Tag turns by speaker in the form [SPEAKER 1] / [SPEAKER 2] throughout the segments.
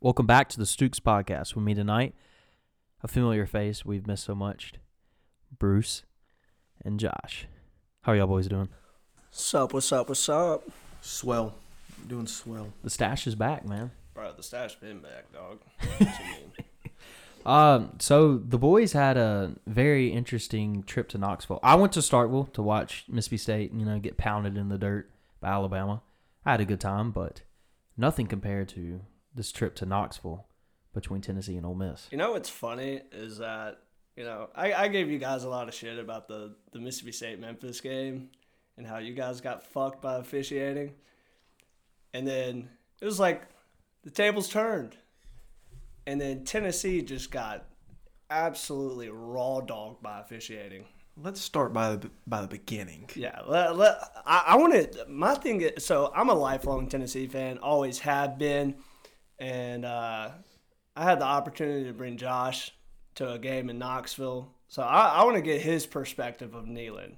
[SPEAKER 1] Welcome back to the Stooks podcast. With me tonight, a familiar face we've missed so much, Bruce and Josh. How are y'all boys doing?
[SPEAKER 2] Sup, what's up, what's up?
[SPEAKER 3] Swell. I'm doing swell.
[SPEAKER 1] The stash is back, man.
[SPEAKER 4] Bro, the stash been back, dog. What you mean?
[SPEAKER 1] Um, so the boys had a very interesting trip to Knoxville. I went to Starkville to watch Mississippi State, you know, get pounded in the dirt by Alabama. I had a good time, but nothing compared to this trip to Knoxville between Tennessee and Ole Miss.
[SPEAKER 4] You know what's funny is that you know I, I gave you guys a lot of shit about the the Mississippi State Memphis game and how you guys got fucked by officiating, and then it was like the tables turned, and then Tennessee just got absolutely raw dogged by officiating.
[SPEAKER 3] Let's start by the by the beginning.
[SPEAKER 4] Yeah, let, let, I, I want to. My thing is, so I'm a lifelong Tennessee fan, always have been, and uh, I had the opportunity to bring Josh to a game in Knoxville, so I, I want to get his perspective of Neyland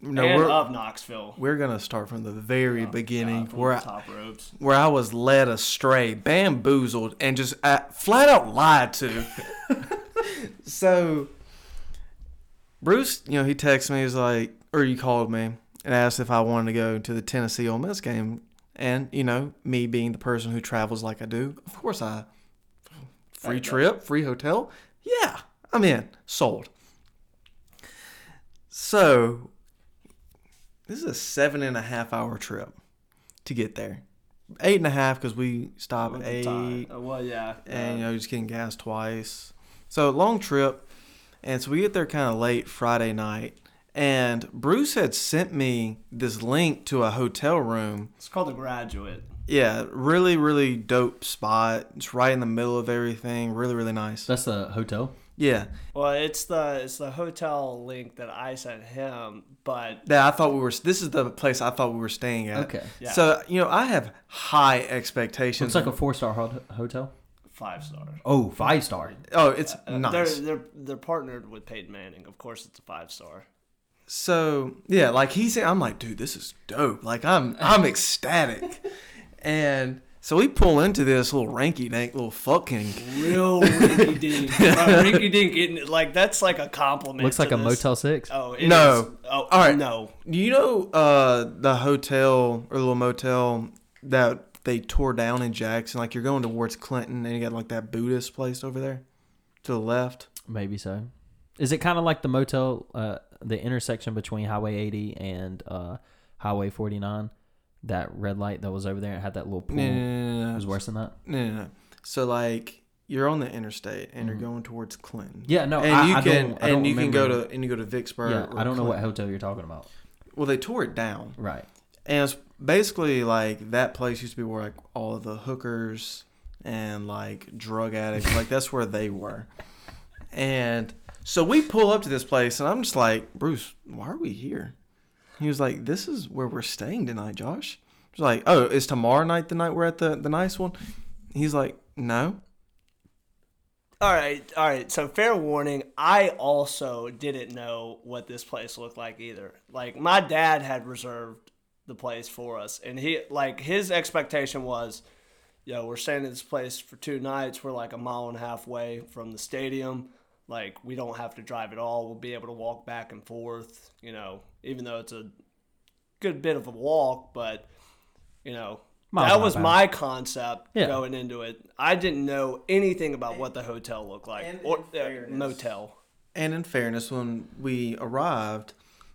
[SPEAKER 3] No,
[SPEAKER 4] and
[SPEAKER 3] we're
[SPEAKER 4] of Knoxville.
[SPEAKER 3] we're gonna start from the very beginning,
[SPEAKER 4] Uh, from
[SPEAKER 3] where
[SPEAKER 4] the
[SPEAKER 3] I,
[SPEAKER 4] top ropes.
[SPEAKER 3] where I was led astray, bamboozled, and just uh, flat out lied to. so, Bruce, you know, he texted me. He was like, or you called me and asked if I wanted to go to the Tennessee Ole Miss game. And you know, me being the person who travels like I do, of course I free trip, free hotel. Yeah, I'm in, sold. So, this is a seven and a half hour trip to get there. Eight and a half because we stop at
[SPEAKER 4] With the tie.
[SPEAKER 3] eight
[SPEAKER 4] Uh, Well, yeah.
[SPEAKER 3] and you know just getting gas twice. So long trip, and so we get there kind of late Friday night. And Bruce had sent me this link to a hotel room.
[SPEAKER 4] it's called the Graduate.
[SPEAKER 3] Yeah, really, really dope spot. It's right in the middle of everything. Really, really nice.
[SPEAKER 1] That's the hotel.
[SPEAKER 3] Yeah,
[SPEAKER 4] Well, it's the it's the hotel link that I sent him, but
[SPEAKER 3] that I thought we were. This is the place I thought we were staying at.
[SPEAKER 1] Okay.
[SPEAKER 4] Yeah.
[SPEAKER 3] So you know I have high expectations.
[SPEAKER 1] It's like a four star hotel.
[SPEAKER 4] five stars.
[SPEAKER 1] Oh, five star.
[SPEAKER 3] oh, it's
[SPEAKER 4] Uh,
[SPEAKER 3] nice.
[SPEAKER 4] They're they're they're partnered with Peyton Manning. Of course, it's a five star.
[SPEAKER 3] So yeah, like he said, I'm like, dude, this is dope. Like I'm, I'm ecstatic. and so we pull into this little ranky dank little fucking.
[SPEAKER 4] Real Rinky Dink. Rinky Dink, isn't- like that's like a compliment.
[SPEAKER 1] Looks
[SPEAKER 4] to
[SPEAKER 1] like a
[SPEAKER 4] this.
[SPEAKER 1] Motel Six.
[SPEAKER 4] Oh it
[SPEAKER 3] No.
[SPEAKER 4] is- Oh,
[SPEAKER 3] All right.
[SPEAKER 4] No.
[SPEAKER 3] You know, uh, the hotel or little motel that they tore down in Jackson. Like you're going towards Clinton, and you got like that Buddhist place over there to the left.
[SPEAKER 1] Maybe so. Is it kind of like the motel, uh, the intersection between Highway 80 and uh, Highway 49? That red light that was over there and had that little pool.
[SPEAKER 3] No, no, no,
[SPEAKER 1] It
[SPEAKER 3] no,
[SPEAKER 1] was
[SPEAKER 3] no,
[SPEAKER 1] worse than that.
[SPEAKER 3] no, no, no. So like you're on the interstate, and you're going towards Clinton.
[SPEAKER 1] Mm-hmm. Yeah, no.
[SPEAKER 3] And
[SPEAKER 1] I,
[SPEAKER 3] you
[SPEAKER 1] I
[SPEAKER 3] can
[SPEAKER 1] don't, I
[SPEAKER 3] and
[SPEAKER 1] don't
[SPEAKER 3] you can
[SPEAKER 1] remember-
[SPEAKER 3] go to and you go to Vicksburg.
[SPEAKER 1] Yeah,
[SPEAKER 3] or
[SPEAKER 1] I don't know
[SPEAKER 3] Clinton.
[SPEAKER 1] what hotel you're talking about.
[SPEAKER 3] Well, they tore it down,
[SPEAKER 1] Right.
[SPEAKER 3] and it's basically like that place used to be where like all of the hookers and like drug addicts, like that's where they were. And so we pull up to this place, and I'm just like, Bruce, why are we here? He was like, This is where we're staying tonight, Josh. I was like, Oh, is tomorrow night the night we're at the the nice one? He's like, No.
[SPEAKER 4] All right. All right. So fair warning. I also didn't know what this place looked like either. Like my dad had reserved the place for us, and he like his expectation was, yo, we're staying at this place for two nights. We're like a mile and a half away from the stadium. Like we don't have to drive at all. We'll be able to walk back and forth. You know, even though it's a good bit of a walk, but you know.
[SPEAKER 1] Miles
[SPEAKER 4] that
[SPEAKER 1] not
[SPEAKER 4] was
[SPEAKER 1] bad.
[SPEAKER 4] my concept
[SPEAKER 1] Yeah.
[SPEAKER 4] going into it. I didn't know anything about what the hotel looked like
[SPEAKER 3] And
[SPEAKER 4] or
[SPEAKER 3] in
[SPEAKER 4] uh,
[SPEAKER 3] fairness-
[SPEAKER 4] motel.
[SPEAKER 3] And in fairness, when we arrived,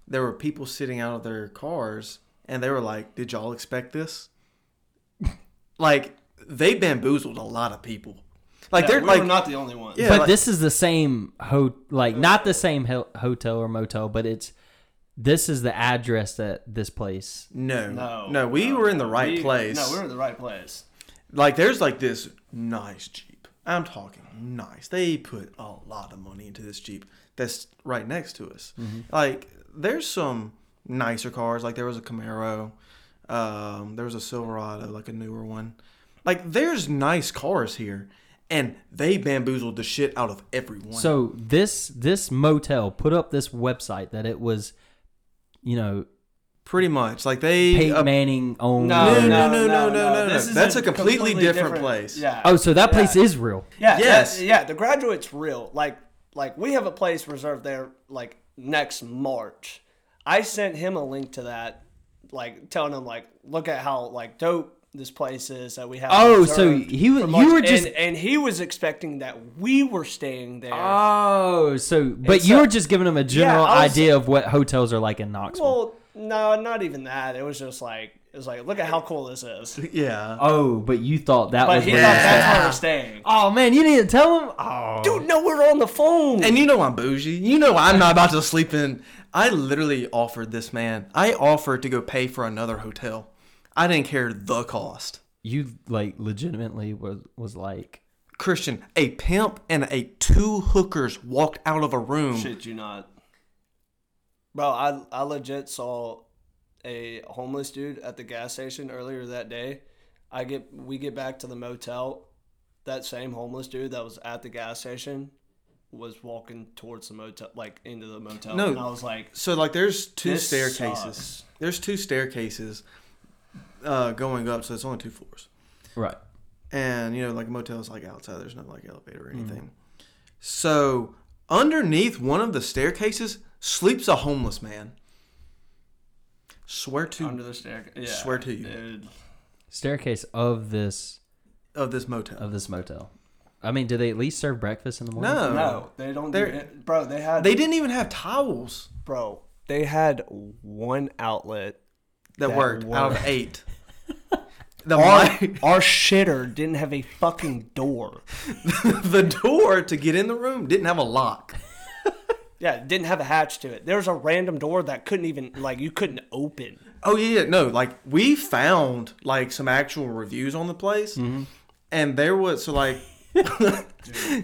[SPEAKER 3] there were people sitting out of their cars, and they were like, "Did y'all expect this?" like they bamboozled a lot of people. Like
[SPEAKER 4] Yeah,
[SPEAKER 3] they're
[SPEAKER 4] we
[SPEAKER 3] like,
[SPEAKER 4] were not the only ones.
[SPEAKER 3] yeah,
[SPEAKER 1] but
[SPEAKER 3] like-
[SPEAKER 1] this is the same ho like not the same ho- hotel or motel, but it's this is the address that this place.
[SPEAKER 3] no,
[SPEAKER 4] No,
[SPEAKER 3] no, we
[SPEAKER 4] no,
[SPEAKER 3] were in the right
[SPEAKER 4] we-
[SPEAKER 3] place.
[SPEAKER 4] No, we were in the right place.
[SPEAKER 3] like there's like this nice Jeep. I'm talking nice. They put a lot of money into this Jeep that's right next to us.
[SPEAKER 1] Mm-hmm.
[SPEAKER 3] Like there's some nicer cars. Like there was a Camaro, um, there was a Silverado, like a newer one. Like there's nice cars here, and they bamboozled the shit out of everyone.
[SPEAKER 1] So this this motel put up this website that it was, you know,
[SPEAKER 3] Pretty much. Like they.
[SPEAKER 1] Peyton
[SPEAKER 3] uh,
[SPEAKER 1] Manning owned.
[SPEAKER 4] No,
[SPEAKER 3] No,
[SPEAKER 4] no,
[SPEAKER 3] no,
[SPEAKER 4] no,
[SPEAKER 3] no, no, no, no.
[SPEAKER 4] This is
[SPEAKER 3] That's
[SPEAKER 4] a
[SPEAKER 3] a completely different place.
[SPEAKER 4] Yeah.
[SPEAKER 1] Oh, so that place
[SPEAKER 4] Yeah.
[SPEAKER 1] is real.
[SPEAKER 4] Yeah. that-
[SPEAKER 3] Yes.
[SPEAKER 4] yeah. The graduate's real. Like, like we have a place reserved there. Like next March, I sent him a link to that. Like telling him, like, look at how like dope this place is that we have.
[SPEAKER 1] Oh, so
[SPEAKER 4] reserved
[SPEAKER 1] he was-
[SPEAKER 4] for
[SPEAKER 1] you
[SPEAKER 4] March."
[SPEAKER 1] were just-
[SPEAKER 4] and, and he was expecting that we were staying there.
[SPEAKER 1] Oh, so but
[SPEAKER 4] It's
[SPEAKER 1] you
[SPEAKER 4] a-
[SPEAKER 1] were just giving them a general
[SPEAKER 4] I was-
[SPEAKER 1] idea of what hotels are like in Knoxville.
[SPEAKER 4] well, no, not even that. It was just like it was like, look at how cool this is.
[SPEAKER 3] yeah.
[SPEAKER 1] oh, but you thought that
[SPEAKER 4] But
[SPEAKER 1] was.
[SPEAKER 4] he
[SPEAKER 1] where
[SPEAKER 4] thought
[SPEAKER 1] you-
[SPEAKER 4] that's where we're staying.
[SPEAKER 1] Oh man, you didn't tell him. Oh,
[SPEAKER 4] Dude, no, we're on the phone.
[SPEAKER 3] And you know I'm bougie. You know I'm not about to sleep in. I literally offered this man. I offered to go pay for another hotel. I didn't care the cost.
[SPEAKER 1] you like legitimately was was like.
[SPEAKER 3] Christian, a pimp and a two hookers walked out of a room.
[SPEAKER 4] Shit, you not. Bro, I I legit saw a homeless dude at the gas station earlier that day. I get we get back to the motel. That same homeless dude that was at the gas station was walking towards the motel, like into the motel.
[SPEAKER 3] No.
[SPEAKER 4] and I was like,
[SPEAKER 3] So like, there's two
[SPEAKER 4] This
[SPEAKER 3] staircases.
[SPEAKER 4] sucks.
[SPEAKER 3] There's two staircases uh, going up, so it's only two floors.
[SPEAKER 1] Right.
[SPEAKER 3] and you know like a motel is like outside there's no like elevator or anything so underneath one of the staircases sleeps a homeless man swear to
[SPEAKER 4] under the staircase. Yeah,
[SPEAKER 3] Swear to you.
[SPEAKER 4] dude.
[SPEAKER 1] Staircase of this
[SPEAKER 3] of this motel
[SPEAKER 1] of this motel. I mean, do they at least serve breakfast in the morning?
[SPEAKER 3] no
[SPEAKER 4] No, they don't. Do
[SPEAKER 3] Uh, They're-
[SPEAKER 4] it. Bro, they had
[SPEAKER 3] they didn't even have towels
[SPEAKER 4] bro. They had one outlet.
[SPEAKER 3] that,
[SPEAKER 4] That
[SPEAKER 3] worked, out of
[SPEAKER 4] worked.
[SPEAKER 3] eight the, mi-
[SPEAKER 4] Our shitter didn't have a fucking door.
[SPEAKER 3] the door to get in the room didn't have a lock
[SPEAKER 4] Yeah, it didn't have a hatch to it. There was a random door that couldn't even like you couldn't open.
[SPEAKER 3] Oh yeah, yeah, no. Like we found like some actual reviews on the place,
[SPEAKER 1] Mm-hmm.
[SPEAKER 3] and there was so like,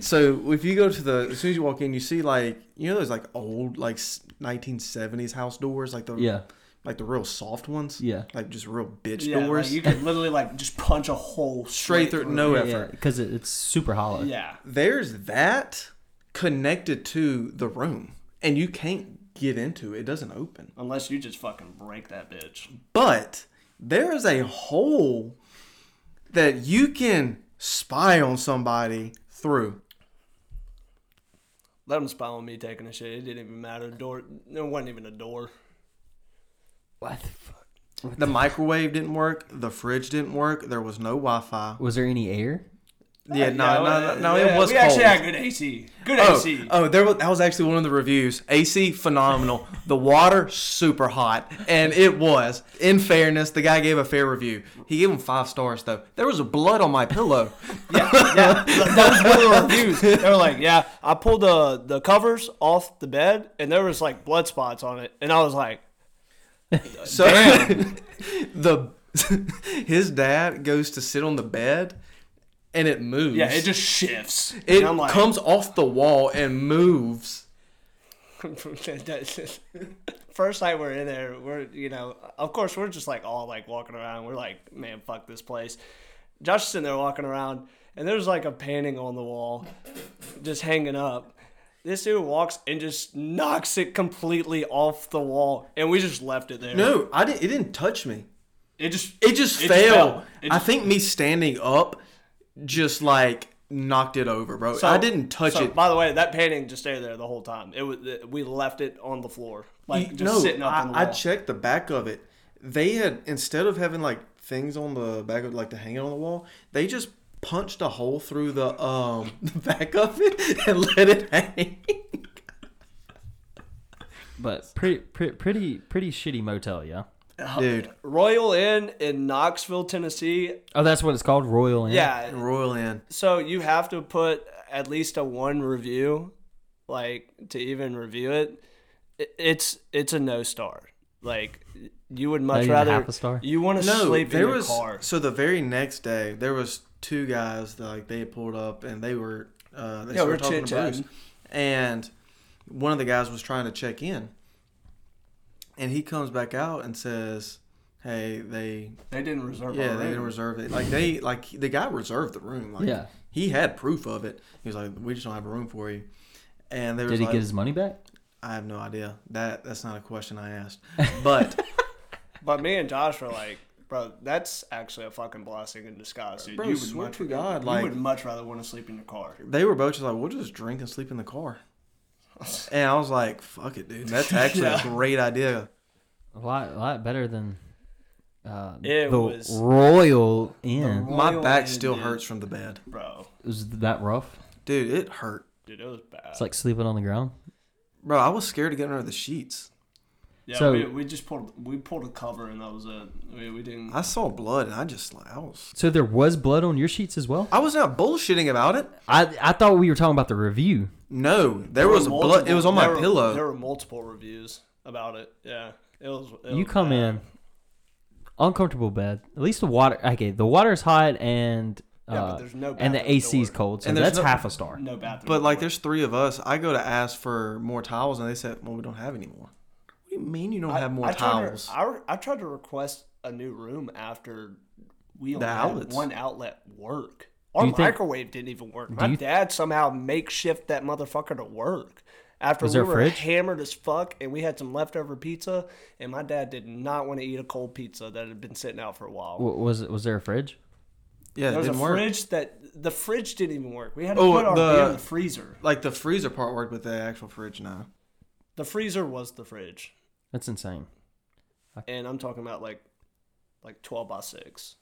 [SPEAKER 3] so if you go to the as soon as you walk in, you see like you know those like old like nineteen seventies house doors, like the
[SPEAKER 1] Yeah.
[SPEAKER 3] like the real soft ones,
[SPEAKER 1] Yeah.
[SPEAKER 3] like just real bitch
[SPEAKER 4] Yeah, like,
[SPEAKER 3] doors,
[SPEAKER 4] you could literally like just punch a hole
[SPEAKER 3] straight through, no
[SPEAKER 1] Yeah,
[SPEAKER 3] effort.
[SPEAKER 1] because it, it's super hollow.
[SPEAKER 4] Yeah,
[SPEAKER 3] There's that connected to the room, and you can't get into it. It doesn't open.
[SPEAKER 4] unless you just fucking break that bitch.
[SPEAKER 3] But there is a hole that you can spy on somebody through.
[SPEAKER 4] Let them spy on me taking a shit. It didn't even matter. Door, there wasn't even a door.
[SPEAKER 1] What the fuck?
[SPEAKER 3] The microwave didn't work. The fridge didn't work. There was no Wi-Fi.
[SPEAKER 1] Was there any air?
[SPEAKER 3] Yeah, no, no, no, no,
[SPEAKER 4] uh, yeah,
[SPEAKER 3] it was
[SPEAKER 4] We
[SPEAKER 3] cold.
[SPEAKER 4] actually had good AC. Good
[SPEAKER 3] Oh,
[SPEAKER 4] AC.
[SPEAKER 3] oh, there was. That was actually one of the reviews. AC phenomenal. the water super hot, and it was. In fairness, the guy gave a fair review. He gave him five stars though. There was blood on my pillow.
[SPEAKER 4] Yeah, yeah. That was one of the reviews. They were like, "Yeah, I pulled the the covers off the bed, and there was like blood spots on it." And I was like,
[SPEAKER 3] So the his dad goes to sit on the bed and it moves.
[SPEAKER 4] "Yeah, it just shifts."
[SPEAKER 3] it
[SPEAKER 4] and I'm like,
[SPEAKER 3] comes off the wall and moves.
[SPEAKER 4] First night we're in there, we're you know, of course we're just like all like walking around. We're like, man, fuck this place. Josh is sitting there walking around, and there's like a painting on the wall, just hanging up. This dude walks and just knocks it completely off the wall, and we just left it there.
[SPEAKER 3] No, I didn't it didn't touch me.
[SPEAKER 4] It just
[SPEAKER 3] It
[SPEAKER 4] It just
[SPEAKER 3] just fell.
[SPEAKER 4] fell. It
[SPEAKER 3] I
[SPEAKER 4] just-
[SPEAKER 3] think me standing up just like knocked it over, bro. I didn't touch
[SPEAKER 4] so,
[SPEAKER 3] it.
[SPEAKER 4] By the way, that painting just stayed there the whole time. It was we left it on the floor, like just
[SPEAKER 3] E, no,
[SPEAKER 4] sitting up
[SPEAKER 3] I,
[SPEAKER 4] on the
[SPEAKER 3] I
[SPEAKER 4] wall.
[SPEAKER 3] checked the back of it. They had instead of having like things on the back of like to hang it on the wall, they just punched a hole through the um the back of it and let it hang.
[SPEAKER 1] But pretty, pretty, pretty, pretty shitty motel, yeah.
[SPEAKER 3] Dude,
[SPEAKER 4] Royal Inn in Knoxville, Tennessee.
[SPEAKER 1] Oh, that's what it's called, Royal Inn.
[SPEAKER 4] Yeah,
[SPEAKER 3] Royal Inn.
[SPEAKER 4] so you have to put at least a one review like to even review it I- it's it's a no star like you would much
[SPEAKER 1] even
[SPEAKER 4] rather
[SPEAKER 1] half a star?
[SPEAKER 4] you want to
[SPEAKER 3] No,
[SPEAKER 4] sleep in
[SPEAKER 3] there
[SPEAKER 4] your
[SPEAKER 3] was
[SPEAKER 4] car
[SPEAKER 3] so the very next day there was two guys that like they had pulled up and they were uh, they
[SPEAKER 4] Yeah, we're
[SPEAKER 3] started talking to Bruce,
[SPEAKER 4] chit-chatting.
[SPEAKER 3] and one of the guys was trying to check in, and he comes back out and says, "Hey, they
[SPEAKER 4] they didn't reserve
[SPEAKER 3] Yeah, they didn't reserve it. Like they like the guy reserved the room. Like
[SPEAKER 1] Yeah.
[SPEAKER 3] he had proof of it. He was like, "We just don't have a room for you." And they was
[SPEAKER 1] Did he
[SPEAKER 3] like,
[SPEAKER 1] get his money back?
[SPEAKER 3] "I have no idea. That that's not a question I asked." But
[SPEAKER 4] But me and Josh were like, bro, that's actually a fucking blessing in disguise, dude.
[SPEAKER 3] Bro,
[SPEAKER 4] you would
[SPEAKER 3] swear
[SPEAKER 4] much,
[SPEAKER 3] to God,
[SPEAKER 4] you
[SPEAKER 3] like-
[SPEAKER 4] would much rather want to sleep in your car.
[SPEAKER 3] They were both just like, we'll just drink and sleep in the car. And I was like, fuck it, dude. That's actually
[SPEAKER 4] Yeah.
[SPEAKER 3] a great idea.
[SPEAKER 1] A lot, a lot better than uh,
[SPEAKER 4] It
[SPEAKER 1] the
[SPEAKER 4] was-
[SPEAKER 1] Royal Inn.
[SPEAKER 4] Royal
[SPEAKER 3] My back
[SPEAKER 4] Inn,
[SPEAKER 3] still
[SPEAKER 4] dude.
[SPEAKER 3] hurts from the bed.
[SPEAKER 4] bro.
[SPEAKER 1] was that rough?
[SPEAKER 3] Dude, it hurt.
[SPEAKER 4] Dude, it was bad.
[SPEAKER 1] It's like sleeping on the ground.
[SPEAKER 3] Bro, I was scared to get under the sheets.
[SPEAKER 4] yeah,
[SPEAKER 1] so-
[SPEAKER 4] we, we just pulled we pulled a cover and that was it. We, we didn't.
[SPEAKER 3] I saw blood and I just like I was
[SPEAKER 1] So there was blood on your sheets as well.
[SPEAKER 3] I was not bullshitting about it.
[SPEAKER 1] I I thought we were talking about the review.
[SPEAKER 3] No, there,
[SPEAKER 4] there were
[SPEAKER 3] was blood. It was on my
[SPEAKER 4] there were-
[SPEAKER 3] pillow.
[SPEAKER 4] There were multiple reviews about it. Yeah, it was. it
[SPEAKER 1] you
[SPEAKER 4] was
[SPEAKER 1] come
[SPEAKER 4] bad.
[SPEAKER 1] in, uncomfortable bed. At least the water. Okay, the water's hot and uh,
[SPEAKER 4] Yeah, but there's no
[SPEAKER 1] and the
[SPEAKER 4] bathroom
[SPEAKER 1] AC's
[SPEAKER 4] door.
[SPEAKER 1] cold, so
[SPEAKER 3] And there's
[SPEAKER 1] that's
[SPEAKER 3] no-
[SPEAKER 1] half a star.
[SPEAKER 4] No bathroom.
[SPEAKER 3] but like,
[SPEAKER 4] door.
[SPEAKER 3] there's three of us. I go to ask for more towels, and they said, "Well, we don't have any more." What do you mean you don't have more towels?
[SPEAKER 4] Tried to, I, I tried to request a new room after we only had
[SPEAKER 3] outlets.
[SPEAKER 4] one outlet work. Our
[SPEAKER 1] you think-
[SPEAKER 4] microwave didn't even work. My
[SPEAKER 1] you-
[SPEAKER 4] dad somehow makeshift that motherfucker to work. After
[SPEAKER 1] Was
[SPEAKER 4] we
[SPEAKER 1] there a
[SPEAKER 4] were
[SPEAKER 1] fridge?
[SPEAKER 4] hammered as fuck and we had some leftover pizza, and my dad did not want to eat a cold pizza that had been sitting out for a while.
[SPEAKER 1] W- was it? Was there a fridge?
[SPEAKER 3] yeah, it
[SPEAKER 4] there was a
[SPEAKER 3] didn't work.
[SPEAKER 4] fridge that the fridge didn't even work. We had to
[SPEAKER 3] Oh,
[SPEAKER 4] put our
[SPEAKER 3] the-
[SPEAKER 4] beer in the freezer.
[SPEAKER 3] Like the freezer part worked, but the actual fridge no.
[SPEAKER 4] The freezer was the fridge,
[SPEAKER 1] That's insane.
[SPEAKER 4] and I'm talking about like, like twelve by six.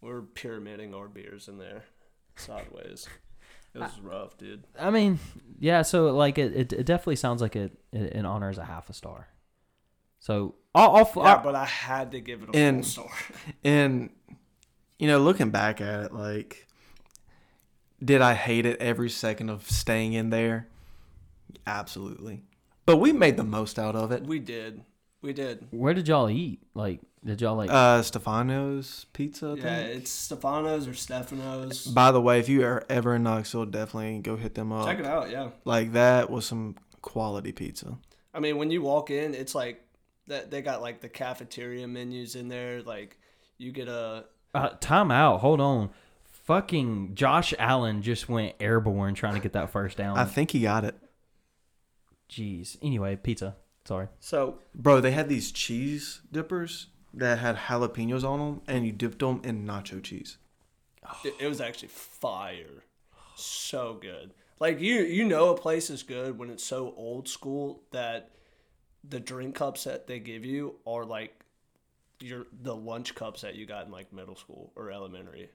[SPEAKER 4] We're pyramiding our beers in there, sideways. It was rough, dude.
[SPEAKER 1] I mean, yeah. So like, it, it, it definitely sounds like it, it it honors a half a star. So I'll, I'll,
[SPEAKER 4] Yeah,
[SPEAKER 1] I'll-
[SPEAKER 4] but I had to give it a
[SPEAKER 3] And-
[SPEAKER 4] full star.
[SPEAKER 3] And you know, looking back at it, like, did I hate it every second of staying in there? Absolutely. But we made the most out of it.
[SPEAKER 4] we did, we did.
[SPEAKER 1] where did y'all eat? Like, did y'all like?
[SPEAKER 3] Uh, Stefano's pizza. I
[SPEAKER 4] Yeah,
[SPEAKER 3] think.
[SPEAKER 4] it's Stefano's or Stefano's.
[SPEAKER 3] By the way, if you are ever in Knoxville, definitely go hit them up.
[SPEAKER 4] Check it out. Yeah,
[SPEAKER 3] Like that was some quality pizza.
[SPEAKER 4] I mean, when you walk in, it's like that they got like the cafeteria menus in there. Like you get a
[SPEAKER 1] Uh, time out. Hold on. Fucking Josh Allen just went airborne trying to get that first down.
[SPEAKER 3] I think he got it.
[SPEAKER 1] Jeez. Anyway, pizza. Sorry.
[SPEAKER 4] so
[SPEAKER 3] Bro, they had these cheese dippers that had jalapenos on them, and you dipped them in nacho cheese.
[SPEAKER 4] It, it was actually fire. So good. Like you you know a place is good when it's so old school that the drink cups that they give you are like your the lunch cups that you got in like middle school or elementary.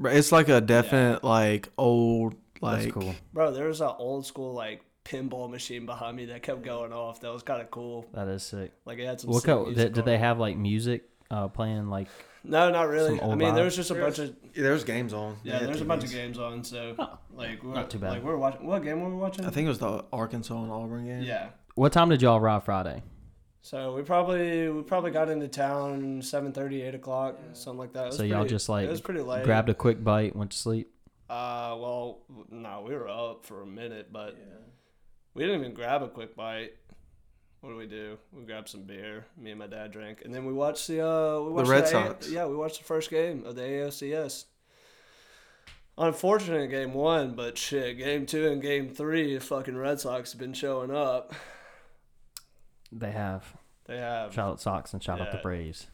[SPEAKER 3] Bro, it's like a definite like old like.
[SPEAKER 1] That's cool.
[SPEAKER 4] Bro, there was an old school like pinball machine behind me that kept going off. That was kind of cool.
[SPEAKER 1] That is sick.
[SPEAKER 4] Like it had some
[SPEAKER 1] What
[SPEAKER 4] sick
[SPEAKER 1] co-
[SPEAKER 4] music
[SPEAKER 1] did, did
[SPEAKER 4] on
[SPEAKER 1] they
[SPEAKER 4] it.
[SPEAKER 1] have like music uh, playing? Like,
[SPEAKER 4] No, not really.
[SPEAKER 1] some
[SPEAKER 4] I
[SPEAKER 1] old
[SPEAKER 4] mean, there
[SPEAKER 1] vibes?
[SPEAKER 4] was just a bunch of
[SPEAKER 3] Yeah, there's games on. They
[SPEAKER 4] yeah,
[SPEAKER 3] had
[SPEAKER 4] there's a bunch
[SPEAKER 3] TVs.
[SPEAKER 4] of games on, so like we're,
[SPEAKER 1] not too bad.
[SPEAKER 4] Like we're watching what game were we watching?
[SPEAKER 3] I think it was the Arkansas and Auburn game.
[SPEAKER 4] yeah.
[SPEAKER 1] what time did y'all arrive Friday?
[SPEAKER 4] So we probably we probably got into town 7:30, 8 o'clock, something like that. It was
[SPEAKER 1] So y'all
[SPEAKER 4] pretty-
[SPEAKER 1] just like
[SPEAKER 4] it was pretty late.
[SPEAKER 1] grabbed a quick bite, went to sleep.
[SPEAKER 4] Uh, well, w- no, we were up for a minute, but we didn't even grab a quick bite. What do we do? We grabbed some beer. Me and my dad drank, and then we watched the uh, we watched
[SPEAKER 3] Red
[SPEAKER 4] A-
[SPEAKER 3] Sox.
[SPEAKER 4] yeah, we watched the first game of the AOCS. Unfortunate game one, but shit, game two and game three, the fucking Red Sox have been showing up.
[SPEAKER 1] They have
[SPEAKER 4] They have
[SPEAKER 1] shout out Sox and shout out the
[SPEAKER 4] Yeah.
[SPEAKER 1] Braves.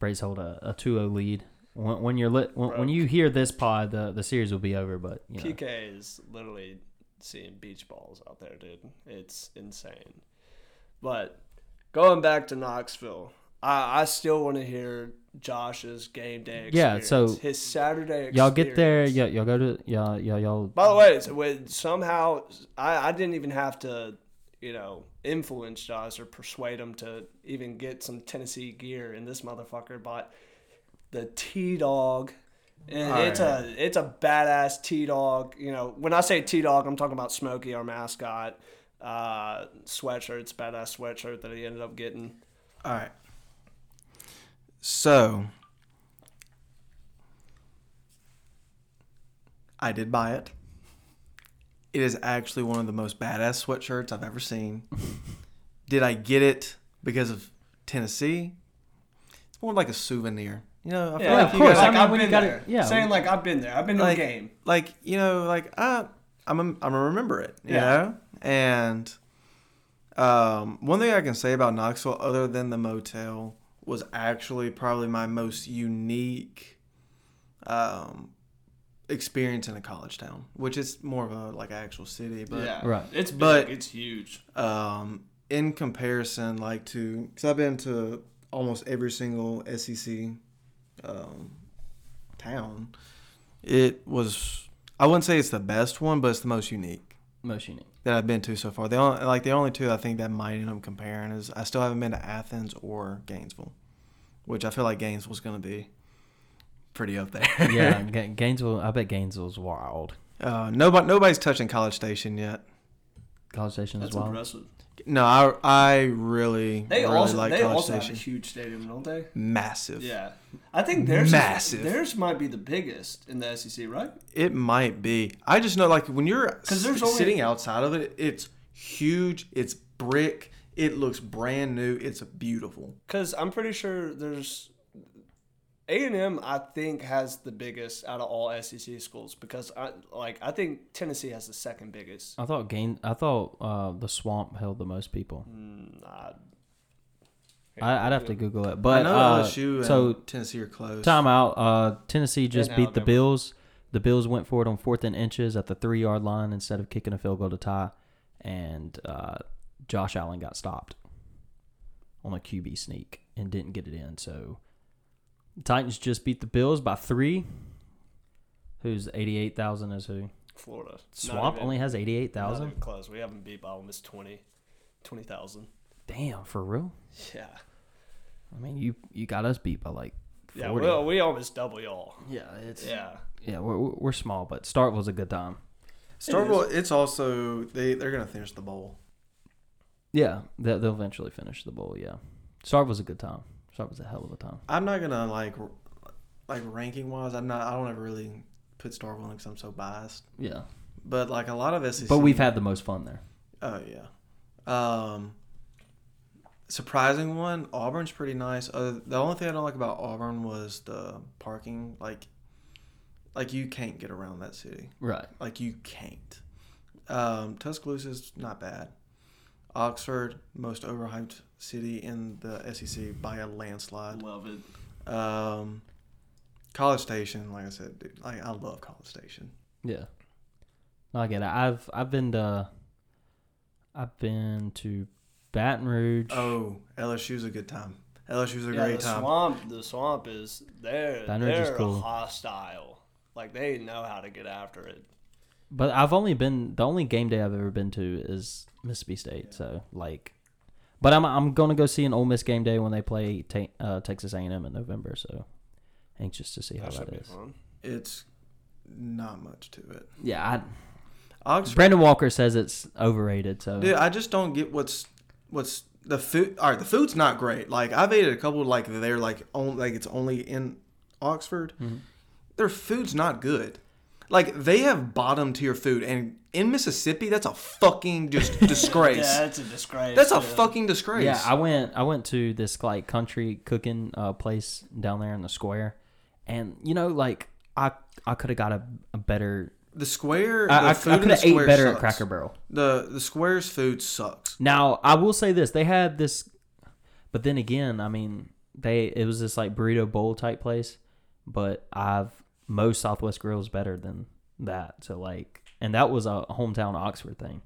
[SPEAKER 1] Braves hold a, a 2-0 lead. When, when you're lit, when, when you hear this pod, the, the series will be over. But you know,
[SPEAKER 4] PK is literally seeing beach balls out there, dude. It's insane. But going back to Knoxville, I, I still want to hear Josh's game day.
[SPEAKER 1] Yeah,
[SPEAKER 4] Experience,
[SPEAKER 1] so
[SPEAKER 4] his Saturday.
[SPEAKER 1] y'all get there.
[SPEAKER 4] experience.
[SPEAKER 1] Y'all, y'all go to y'all y'all y'all
[SPEAKER 4] By the way, so when somehow I, I didn't even have to, you know, influence Josh or persuade him to even get some Tennessee gear, and this motherfucker bought the T Dog. And it's a it's a badass T Dog. You know, when I say T Dog, I'm talking about Smokey, our mascot. Uh, sweatshirt, it's a badass sweatshirt that he ended up getting.
[SPEAKER 3] All right. So I did buy it. It is actually one of the most badass sweatshirts I've ever seen. did I get it because of Tennessee? It's more like a souvenir. You know, I feel
[SPEAKER 1] Yeah,
[SPEAKER 3] like
[SPEAKER 1] of
[SPEAKER 3] you
[SPEAKER 1] course.
[SPEAKER 3] guys-
[SPEAKER 1] I mean, when you gotta-
[SPEAKER 4] there.
[SPEAKER 1] yeah.
[SPEAKER 4] saying like I've been there. I've been to
[SPEAKER 3] like,
[SPEAKER 4] a game.
[SPEAKER 3] Like you know, like uh, I'm a, I'm gonna remember it. You
[SPEAKER 4] Yeah.
[SPEAKER 3] know, and Um, one thing I can say about Knoxville, other than the motel, was actually probably my most unique um, experience in a college town, which is more of a like actual city. But
[SPEAKER 4] yeah,
[SPEAKER 1] Right.
[SPEAKER 4] It's big.
[SPEAKER 3] But-
[SPEAKER 4] it's huge.
[SPEAKER 3] um, in comparison, like to because I've been to almost every single SEC um, town. It was I wouldn't say it's the best one, but it's the most unique
[SPEAKER 1] Most unique.
[SPEAKER 3] that I've been to so far. The only like the only two I think that might end up comparing is I still haven't been to Athens or Gainesville, which I feel like Gainesville's gonna be pretty up there.
[SPEAKER 1] Yeah, Ga- Gainesville. I bet Gainesville's wild.
[SPEAKER 3] Uh, nobody nobody's touching College Station yet.
[SPEAKER 1] College Station
[SPEAKER 4] That's
[SPEAKER 1] as well.
[SPEAKER 4] impressive.
[SPEAKER 3] No, I I really
[SPEAKER 4] They
[SPEAKER 3] really
[SPEAKER 4] also
[SPEAKER 3] like
[SPEAKER 4] they
[SPEAKER 3] College
[SPEAKER 4] also
[SPEAKER 3] Station.
[SPEAKER 4] have a huge stadium, don't they?
[SPEAKER 3] Massive.
[SPEAKER 4] Yeah, I think theirs is-
[SPEAKER 3] Massive.
[SPEAKER 4] theirs might be the biggest in the SEC, right?
[SPEAKER 3] It might be. I just know, like, when you're
[SPEAKER 4] 'Cause there's
[SPEAKER 3] s-
[SPEAKER 4] only-
[SPEAKER 3] sitting outside of it, it's huge. It's brick. It looks brand new. It's beautiful.
[SPEAKER 4] Because I'm pretty sure there's A and M. I think has the biggest out of all SEC schools because I like I think Tennessee has the second biggest.
[SPEAKER 1] I thought Gain. I thought uh, the swamp held the most people.
[SPEAKER 3] Mm,
[SPEAKER 4] Nah,
[SPEAKER 1] I, I'd have to Google it,
[SPEAKER 3] I
[SPEAKER 1] but
[SPEAKER 3] know
[SPEAKER 1] uh,
[SPEAKER 3] LSU and
[SPEAKER 1] so
[SPEAKER 3] Tennessee are close.
[SPEAKER 1] Time out. Uh, Tennessee just
[SPEAKER 4] And
[SPEAKER 1] beat the
[SPEAKER 4] Alabama.
[SPEAKER 1] Bills. The Bills went for it on fourth and inches at the three yard line instead of kicking a field goal to tie, and uh, Josh Allen got stopped on a QB sneak and didn't get it in. So Titans just beat the Bills by three. Who's eighty eight thousand? Is who?
[SPEAKER 4] Florida Not
[SPEAKER 1] Swamp
[SPEAKER 4] even-
[SPEAKER 1] only has eighty eight
[SPEAKER 4] not
[SPEAKER 1] thousand.
[SPEAKER 4] even Close. We haven't beat by almost 20 20,000.
[SPEAKER 1] Damn, for real.
[SPEAKER 4] Yeah.
[SPEAKER 1] I mean, you you got us beat by like
[SPEAKER 4] Yeah.
[SPEAKER 1] forty.
[SPEAKER 4] Well, we almost double y'all.
[SPEAKER 1] yeah, it's
[SPEAKER 4] Yeah.
[SPEAKER 1] yeah. We're, we're we're small, but Starkville's a good time.
[SPEAKER 3] Starville, it's also, they, they're going to finish the bowl.
[SPEAKER 1] Yeah, they, they'll eventually finish the bowl. Yeah, Starve was a good time. Starve was a hell of a time.
[SPEAKER 3] I'm not going to, like, r- like ranking wise, I'm not, I don't ever really put Starville in because I'm so biased.
[SPEAKER 1] Yeah,
[SPEAKER 3] But, like, a lot of E SEC.
[SPEAKER 1] but we've had the most fun there.
[SPEAKER 3] Oh, yeah. Um, surprising one. Auburn's pretty nice. Other, the only thing I don't like about Auburn was the parking. Like, like you can't get around that city.
[SPEAKER 1] Right.
[SPEAKER 3] Like you can't. Um, Tuscaloosa's not bad. Oxford, most overhyped city in the SEC by a landslide.
[SPEAKER 4] Love it.
[SPEAKER 3] Um, College Station, like I said, dude, like I love College Station.
[SPEAKER 1] Yeah. No, I get it. I've I've been to. I've been to Baton Rouge.
[SPEAKER 3] Oh, LSU's a good time. LSU's a
[SPEAKER 4] Yeah,
[SPEAKER 3] great
[SPEAKER 4] the
[SPEAKER 3] time.
[SPEAKER 4] swamp. The swamp is they're
[SPEAKER 1] Baton Rouge is
[SPEAKER 4] they're
[SPEAKER 1] cool.
[SPEAKER 4] hostile. Like they know how to get after it.
[SPEAKER 1] But I've only been the only game day I've ever been to is Mississippi State. So like, but I'm I'm gonna go see an Ole Miss game day when they play ta- uh, Texas A&M in November. So anxious to see how
[SPEAKER 4] That should
[SPEAKER 1] that
[SPEAKER 4] be
[SPEAKER 1] is.
[SPEAKER 4] fun.
[SPEAKER 3] It's not much to it.
[SPEAKER 1] Yeah, I,
[SPEAKER 3] Oxford,
[SPEAKER 1] Brandon Walker says it's overrated. So
[SPEAKER 3] dude, I just don't get what's what's the food. All right, the food's not great. Like I've ate at a couple like they're like on like it's only in Oxford.
[SPEAKER 1] Mm-hmm.
[SPEAKER 3] Their food's not good. Like they have bottom tier food, and in Mississippi, that's a fucking just disgrace.
[SPEAKER 4] Yeah, that's a disgrace.
[SPEAKER 3] that's a
[SPEAKER 4] dude.
[SPEAKER 3] fucking disgrace.
[SPEAKER 1] Yeah, I went. I went to this like country cooking uh, place down there in the square, and you know, like I I could have got a, a better.
[SPEAKER 3] the square. the
[SPEAKER 1] I, I,
[SPEAKER 3] food in
[SPEAKER 1] could
[SPEAKER 3] the
[SPEAKER 1] have ate
[SPEAKER 3] square
[SPEAKER 1] better at
[SPEAKER 3] sucks.
[SPEAKER 1] Cracker Barrel.
[SPEAKER 3] The the square's food sucks.
[SPEAKER 1] Now I will say this: they had this, but then again, I mean, they it was this like burrito bowl type place, but I've most Southwest grills better than that. So like, and that was a hometown Oxford thing.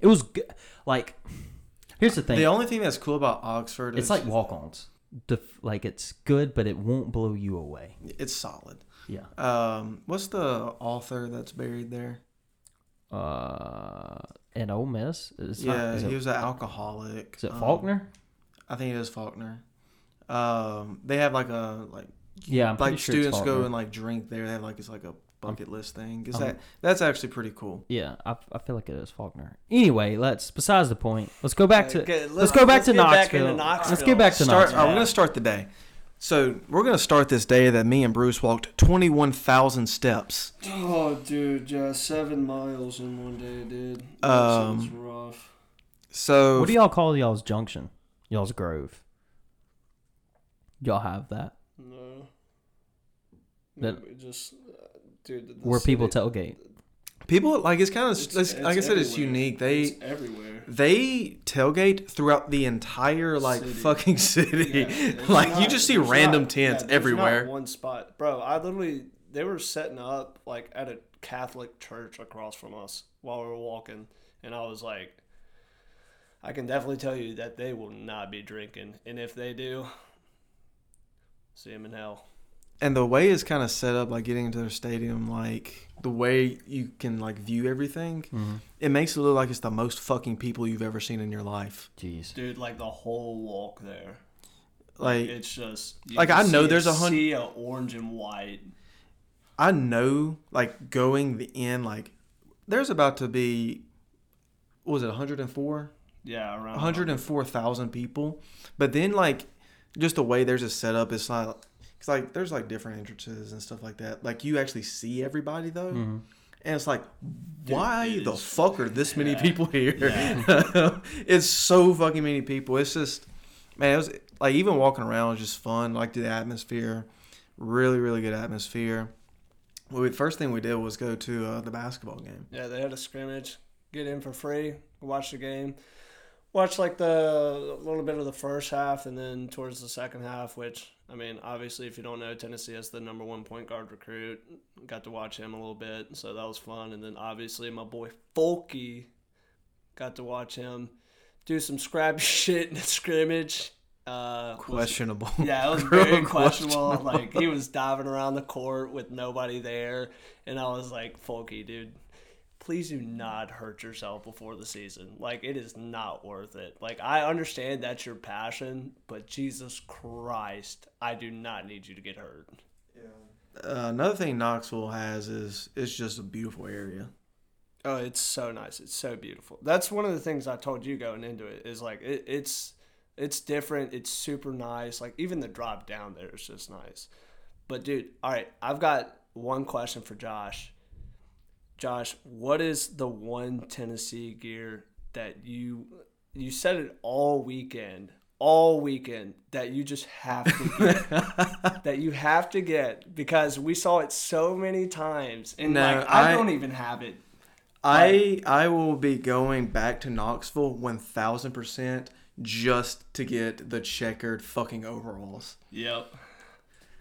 [SPEAKER 1] It was good. Like, here's the thing:
[SPEAKER 3] The only thing that's cool about Oxford
[SPEAKER 1] it's
[SPEAKER 3] is
[SPEAKER 1] like walk-ons. Def- like it's good, but it won't blow you away.
[SPEAKER 3] it's solid.
[SPEAKER 1] Yeah.
[SPEAKER 3] Um, what's the author that's buried there?
[SPEAKER 1] Uh, and Ole Miss. It's
[SPEAKER 3] yeah,
[SPEAKER 1] not- is,
[SPEAKER 3] he
[SPEAKER 1] it,
[SPEAKER 3] was an alcoholic.
[SPEAKER 1] is it
[SPEAKER 3] Um,
[SPEAKER 1] Faulkner?
[SPEAKER 3] I think it is Faulkner. Um, they have like a like
[SPEAKER 1] yeah, I'm pretty
[SPEAKER 3] like
[SPEAKER 1] sure it's
[SPEAKER 3] students go
[SPEAKER 1] Faulkner.
[SPEAKER 3] and like drink there. They have like it's like a bucket list thing. 'Cause
[SPEAKER 1] I'm-
[SPEAKER 3] that that's actually pretty cool.
[SPEAKER 1] Yeah, I, I feel like it is Faulkner. Anyway, let's besides the point. Let's go back to
[SPEAKER 4] Okay,
[SPEAKER 1] let's,
[SPEAKER 4] let's-
[SPEAKER 1] go back
[SPEAKER 4] let's
[SPEAKER 1] to
[SPEAKER 4] get back
[SPEAKER 1] Knoxville.
[SPEAKER 4] into Knoxville.
[SPEAKER 1] Let's get back to
[SPEAKER 3] Start.
[SPEAKER 1] Knoxville.
[SPEAKER 3] I'm gonna start the day. So we're gonna start this day that me and Bruce walked 21,000 steps.
[SPEAKER 4] Oh, dude, yeah, seven miles in one day, dude. That
[SPEAKER 3] Um,
[SPEAKER 4] sounds rough.
[SPEAKER 3] So
[SPEAKER 1] What do y'all call y'all's junction? Y'all's grove. Y'all have that
[SPEAKER 4] No.
[SPEAKER 1] That-
[SPEAKER 4] It just, uh, dude. The
[SPEAKER 1] where people
[SPEAKER 4] city-
[SPEAKER 1] tailgate.
[SPEAKER 3] People like it's kind of like
[SPEAKER 4] it's
[SPEAKER 3] I said, it's
[SPEAKER 4] everywhere.
[SPEAKER 3] unique. They
[SPEAKER 4] It's everywhere.
[SPEAKER 3] they tailgate throughout the entire like
[SPEAKER 4] City.
[SPEAKER 3] fucking city.
[SPEAKER 4] There's
[SPEAKER 3] like you
[SPEAKER 4] not-
[SPEAKER 3] just see
[SPEAKER 4] there's
[SPEAKER 3] random
[SPEAKER 4] not- yeah,
[SPEAKER 3] tents
[SPEAKER 4] there's not
[SPEAKER 3] everywhere.
[SPEAKER 4] one spot, bro. I literally they were setting up like at a Catholic church across from us while we were walking, and I was like, I can definitely tell you that they will not be drinking, and if they do, see them in hell.
[SPEAKER 3] and the way it's kind of set up like getting into their stadium like the way you can like view everything
[SPEAKER 1] Mm-hmm.
[SPEAKER 3] it makes it look like it's the most fucking people you've ever seen in your life
[SPEAKER 1] Jeez.
[SPEAKER 4] Dude, like the whole walk there,
[SPEAKER 3] like
[SPEAKER 4] it's just you
[SPEAKER 3] Like,
[SPEAKER 4] can
[SPEAKER 3] I know
[SPEAKER 4] see-
[SPEAKER 3] there's a hun-
[SPEAKER 4] see a orange and white.
[SPEAKER 3] i know like going the end like there's about to be what was it 104
[SPEAKER 4] Yeah, around
[SPEAKER 3] 104,000 people but then like just the way there's a setup it's like it's like there's like different entrances and stuff like that like you actually see everybody though and it's like why
[SPEAKER 4] it
[SPEAKER 3] the
[SPEAKER 4] is-
[SPEAKER 3] fuck are this many
[SPEAKER 4] yeah.
[SPEAKER 3] people here it's so fucking many people it's just man it was like even walking around was just fun like the atmosphere really really good atmosphere well, the first thing we did was go to uh, the basketball game
[SPEAKER 4] Yeah, they had a scrimmage. Get in for free. Watch the game. Watch like the a little bit of the first half, and then towards the second half. Which I mean, obviously, if you don't know, Tennessee has the number one point guard recruit. Got to watch him a little bit, so that was fun. And then obviously, my boy Folky got to watch him do some scrappy shit in the scrimmage. Uh, was-
[SPEAKER 3] questionable
[SPEAKER 4] yeah, it was
[SPEAKER 3] Real
[SPEAKER 4] very questionable. Like he was diving around the court with nobody there, and I was like, "Folky, dude, please do not hurt yourself before the season. Like it is not worth it. Like I understand that's your passion, but Jesus Christ, I do not need you to get hurt."
[SPEAKER 3] Uh, another thing Knoxville has is it's just a beautiful area.
[SPEAKER 4] Oh, it's so nice. It's so beautiful. That's one of the things I told you going into it is like it, it's it's different. It's super nice. Like even the drop down there is just nice. But dude, all right, I've got one question for Josh. Josh, what is the one Tennessee gear that you you said it all weekend, all weekend that you just have to get, that you have to get because we saw it so many times and
[SPEAKER 3] No,
[SPEAKER 4] like I,
[SPEAKER 3] I-
[SPEAKER 4] don't even have it.
[SPEAKER 3] I I will be going back to Knoxville one thousand percent just to get the checkered fucking overalls.
[SPEAKER 4] Yep.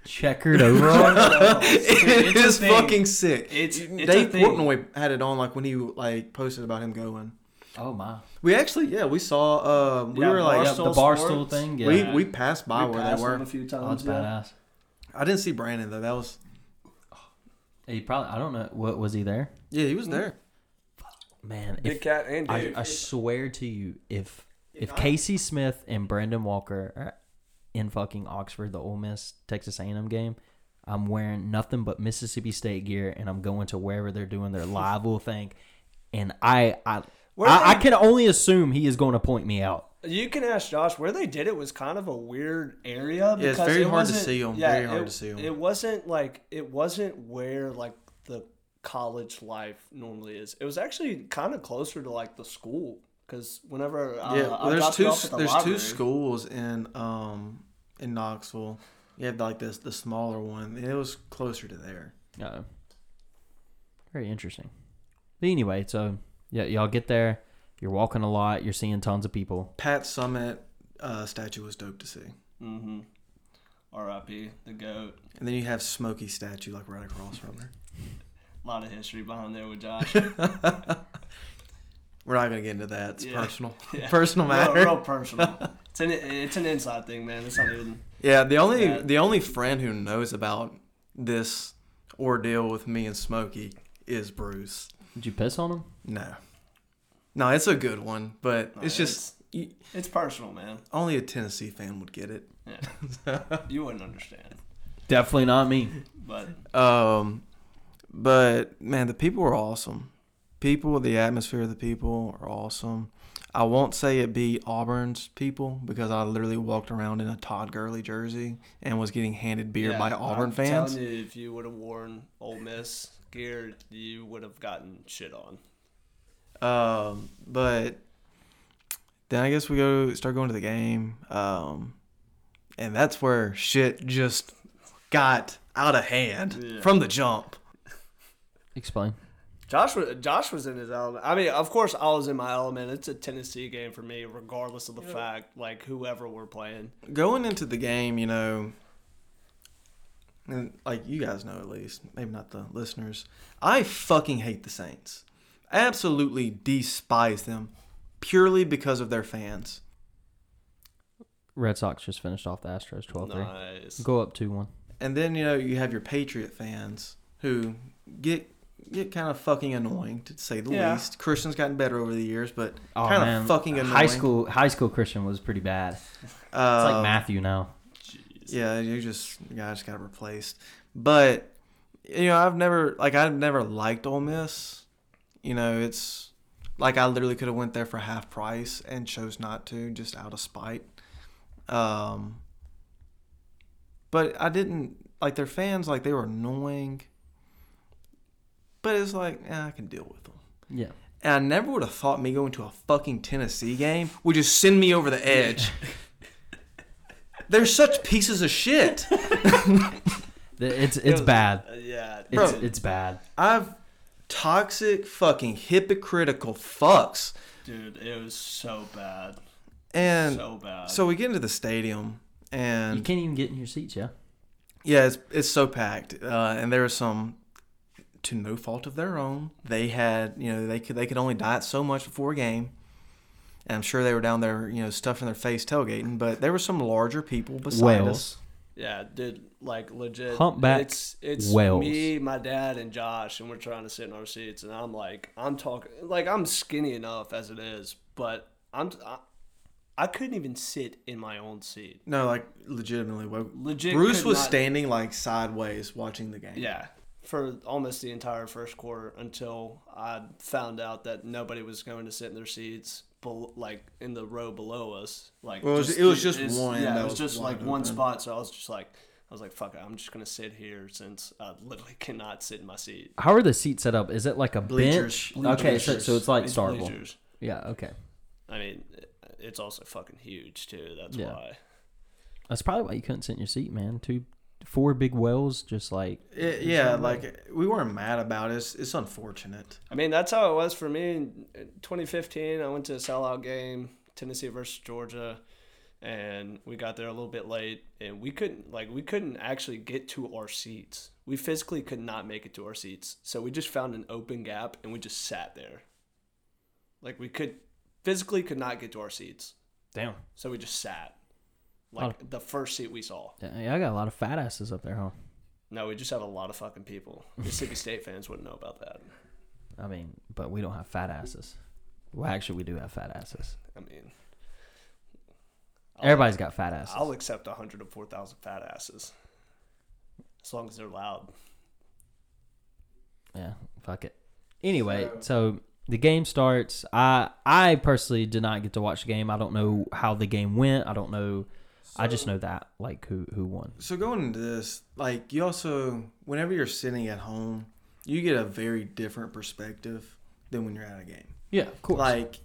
[SPEAKER 1] Checkered overall.
[SPEAKER 3] it
[SPEAKER 4] a
[SPEAKER 3] is
[SPEAKER 4] thing.
[SPEAKER 3] fucking sick.
[SPEAKER 4] It's- it's a
[SPEAKER 3] Dave
[SPEAKER 4] thing.
[SPEAKER 3] Portnoy had it on like when he like posted about him going.
[SPEAKER 1] oh my.
[SPEAKER 3] We actually yeah we saw um, we
[SPEAKER 4] Yeah,
[SPEAKER 3] were like
[SPEAKER 1] Yep,
[SPEAKER 4] Barstool
[SPEAKER 1] the barstool
[SPEAKER 4] Sports.
[SPEAKER 1] thing. Yeah.
[SPEAKER 3] we we passed by
[SPEAKER 4] We
[SPEAKER 3] where
[SPEAKER 4] passed
[SPEAKER 3] they were.
[SPEAKER 4] them a few
[SPEAKER 1] oh, that's
[SPEAKER 4] times. yeah.
[SPEAKER 1] badass.
[SPEAKER 3] I didn't see Brandon though. That was
[SPEAKER 1] He probably. I don't know. What was he there?
[SPEAKER 3] yeah he was
[SPEAKER 4] Mm.
[SPEAKER 3] there.
[SPEAKER 1] Man,
[SPEAKER 4] Big
[SPEAKER 1] if,
[SPEAKER 4] cat and
[SPEAKER 1] I,
[SPEAKER 4] dude.
[SPEAKER 1] I swear to you, if if Casey Smith and Brandon Walker are in fucking Oxford, the Ole Miss Texas A&M game, I'm wearing nothing but Mississippi State gear, and I'm going to wherever they're doing their live thing, and I I.
[SPEAKER 4] Where
[SPEAKER 1] I, I
[SPEAKER 4] they-
[SPEAKER 1] can only assume he is going to point me out.
[SPEAKER 4] you can ask Josh where they did it was kind of a weird area.
[SPEAKER 3] Yeah, it's
[SPEAKER 4] Because
[SPEAKER 3] very
[SPEAKER 4] it
[SPEAKER 3] hard to
[SPEAKER 4] wasn't-
[SPEAKER 3] see 'em,
[SPEAKER 4] yeah,
[SPEAKER 3] very hard
[SPEAKER 4] it-
[SPEAKER 3] to see 'em.
[SPEAKER 4] It wasn't like it wasn't where like the college life normally is. It was actually kind of closer to like the school because whenever uh,
[SPEAKER 3] Yeah,
[SPEAKER 4] I
[SPEAKER 3] well, there's
[SPEAKER 4] dropped it
[SPEAKER 3] two.
[SPEAKER 4] off at the
[SPEAKER 3] there's
[SPEAKER 4] library.
[SPEAKER 3] two schools in um in Knoxville. You have like this the smaller one. and It was closer to there.
[SPEAKER 1] Uh, very interesting. But anyway, so yeah, y'all get there. You're walking a lot. You're seeing tons of people.
[SPEAKER 3] Pat Summit uh, statue was dope to see,
[SPEAKER 4] Mm-hmm. R.I.P. the goat.
[SPEAKER 3] and then you have Smokey statue like right across from her.
[SPEAKER 4] A lot of history behind there with Josh.
[SPEAKER 3] We're not gonna get into that. It's
[SPEAKER 4] Yeah.
[SPEAKER 3] personal,
[SPEAKER 4] Yeah.
[SPEAKER 3] personal
[SPEAKER 4] real,
[SPEAKER 3] matter.
[SPEAKER 4] real personal. It's an it's an inside thing, man. It's not even.
[SPEAKER 3] Yeah, the only
[SPEAKER 4] Yeah.
[SPEAKER 3] the only friend who knows about this ordeal with me and Smokey is Bruce.
[SPEAKER 1] Did you piss on him?
[SPEAKER 3] No, no, it's a good one, but
[SPEAKER 4] No,
[SPEAKER 3] it's just you,
[SPEAKER 4] It's personal, man.
[SPEAKER 3] only a Tennessee fan would get it.
[SPEAKER 4] You wouldn't understand.
[SPEAKER 1] Definitely not me.
[SPEAKER 4] But
[SPEAKER 3] Um, but man, the people are awesome. People, the atmosphere of the people are awesome. I won't say it be Auburn's people because I literally walked around in a Todd Gurley jersey and was getting handed beer by Auburn
[SPEAKER 4] I'm
[SPEAKER 3] fans.
[SPEAKER 4] Telling you, if you would have worn Ole Miss gear, you would have gotten shit on.
[SPEAKER 3] Um, but then I guess we go start going to the game. Um, and that's where shit just got out of hand
[SPEAKER 4] Yeah.
[SPEAKER 3] from the jump.
[SPEAKER 1] Explain.
[SPEAKER 4] Josh was Josh was in his element. I mean, of course, I was in my element. It's a Tennessee game for me, regardless of the fact, like whoever we're playing.
[SPEAKER 3] Going into the game, you know, and like you guys know at least, maybe not the listeners, I fucking hate the Saints. Absolutely despise them purely because of their fans.
[SPEAKER 1] Red Sox just finished off the Astros 12 3.
[SPEAKER 4] Nice.
[SPEAKER 1] Go up 2 1.
[SPEAKER 3] And then, you know, you have your Patriot fans who get get kind of fucking annoying to say the
[SPEAKER 4] Yeah.
[SPEAKER 3] least. Christian's gotten better over the years, but kind of fucking annoying.
[SPEAKER 1] Oh, High school, high school Christian was pretty bad. It's
[SPEAKER 3] uh,
[SPEAKER 1] like Matthew now.
[SPEAKER 3] Yeah, you just the guy just got replaced. But you know, I've never like I've never liked Ole Miss. You know, it's like I literally could have went there for half price and chose not to just out of spite. Um, but I didn't like their fans. Like they were annoying. But it's like eh, I can deal with them.
[SPEAKER 1] Yeah.
[SPEAKER 3] And I never would have thought me going to a fucking Tennessee game would just send me over the edge. They're such pieces of shit.
[SPEAKER 1] Th- It's
[SPEAKER 4] It
[SPEAKER 1] it's
[SPEAKER 4] was-
[SPEAKER 1] bad.
[SPEAKER 4] Uh, yeah.
[SPEAKER 3] Bro.
[SPEAKER 1] It's, it's bad.
[SPEAKER 3] I've toxic, fucking hypocritical fucks.
[SPEAKER 4] Dude, it was so bad.
[SPEAKER 3] And so,
[SPEAKER 4] So bad.
[SPEAKER 3] we get into the stadium,
[SPEAKER 1] You
[SPEAKER 3] and
[SPEAKER 1] can't even get in your seats, yeah.
[SPEAKER 3] yeah, it's, it's so packed. Uh, and there was some, to no fault of their own, they had you know they could they could only diet so much before a game. And I'm sure they were down there, you know, stuffing their face tailgating, but there were some larger people beside
[SPEAKER 1] Whales.
[SPEAKER 3] us.
[SPEAKER 4] yeah, dude, like legit.
[SPEAKER 1] Humpback
[SPEAKER 4] It's it's
[SPEAKER 1] whales.
[SPEAKER 4] me, my dad, and Josh, and we're trying to sit in our seats, and I'm like, I'm talking, like I'm skinny enough as it is, but I'm I, I couldn't even sit in my own seat.
[SPEAKER 3] No, like legitimately. wo-
[SPEAKER 4] Legit
[SPEAKER 3] Bruce
[SPEAKER 4] could
[SPEAKER 3] was
[SPEAKER 4] not-
[SPEAKER 3] standing like sideways watching the game.
[SPEAKER 4] Yeah. For almost the entire first quarter until I found out that nobody was going to sit in their seats, bel- like in the row below us. Like
[SPEAKER 3] Well, it was- it was just
[SPEAKER 4] it's-
[SPEAKER 3] one
[SPEAKER 4] Yeah,
[SPEAKER 3] that
[SPEAKER 4] it was
[SPEAKER 3] was
[SPEAKER 4] just like
[SPEAKER 3] wide
[SPEAKER 4] one
[SPEAKER 3] open.
[SPEAKER 4] spot. So I was just like, I was like, fuck it, I'm just gonna sit here since I literally cannot sit in my seat.
[SPEAKER 1] How are the seats set up? Is it like a
[SPEAKER 3] Bleachers.
[SPEAKER 1] bench? Okay, so,
[SPEAKER 3] Bleachers.
[SPEAKER 1] so it's like
[SPEAKER 4] It's
[SPEAKER 1] Star Bowl.
[SPEAKER 4] bleachers.
[SPEAKER 1] Yeah, okay.
[SPEAKER 4] I mean, it's also fucking huge too. That's
[SPEAKER 1] Yeah.
[SPEAKER 4] why.
[SPEAKER 1] That's probably why you couldn't sit in your seat, man. Two, four big wells, just like
[SPEAKER 3] It- yeah, like we weren't mad about it. It's, it's unfortunate.
[SPEAKER 4] I mean, that's how it was for me. In 2015, I went to a sellout game, Tennessee versus Georgia, and we got there a little bit late, and we couldn't like we couldn't actually get to our seats. We physically could not make it to our seats, so we just found an open gap and we just sat there. Like we could physically could not get to our seats,
[SPEAKER 1] damn.
[SPEAKER 4] so we just sat. Like the first seat we saw.
[SPEAKER 1] Yeah, I got a lot of fat asses up there, huh?
[SPEAKER 4] No, we just have a lot of fucking people. Mississippi State fans wouldn't know about that.
[SPEAKER 1] I mean, but we don't have fat asses. Well, actually, we do have fat asses.
[SPEAKER 4] I mean,
[SPEAKER 3] Oh.
[SPEAKER 1] Everybody's got fat asses.
[SPEAKER 4] I'll accept 104,000 fat asses. As long as they're loud.
[SPEAKER 1] Yeah, fuck it. Anyway, so, the game starts. I I personally did not get to watch the game. I don't know how the game went. I don't know. I just know that like who who won.
[SPEAKER 3] So going into this, like you also, whenever you're sitting at home, you get a very different perspective than when you're at a game.
[SPEAKER 1] Yeah, of course.
[SPEAKER 3] Like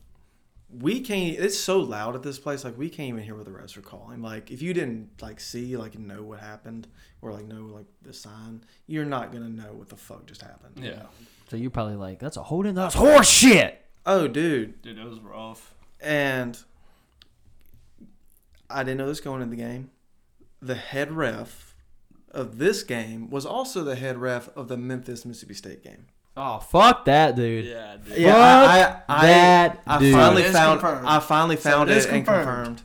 [SPEAKER 3] we can't. It's so loud at this place. Like we can't even hear what the refs are calling. Like if you didn't like see like know what happened or like know like the sign, you're not gonna know what the fuck just happened.
[SPEAKER 1] so you're probably like, that's a holding. That's horse shit.
[SPEAKER 3] Oh, dude.
[SPEAKER 4] Dude, it was rough.
[SPEAKER 3] And I didn't know this going into the game. The head ref of this game was also the head ref of the Memphis Mississippi State game.
[SPEAKER 1] Oh fuck that dude.
[SPEAKER 4] Yeah, dude.
[SPEAKER 1] Yeah, I- I- I- that
[SPEAKER 3] I
[SPEAKER 1] dude.
[SPEAKER 3] finally
[SPEAKER 4] So it is
[SPEAKER 3] found
[SPEAKER 4] confirmed.
[SPEAKER 3] I finally found
[SPEAKER 4] it
[SPEAKER 3] it,
[SPEAKER 4] is
[SPEAKER 3] and
[SPEAKER 4] confirmed.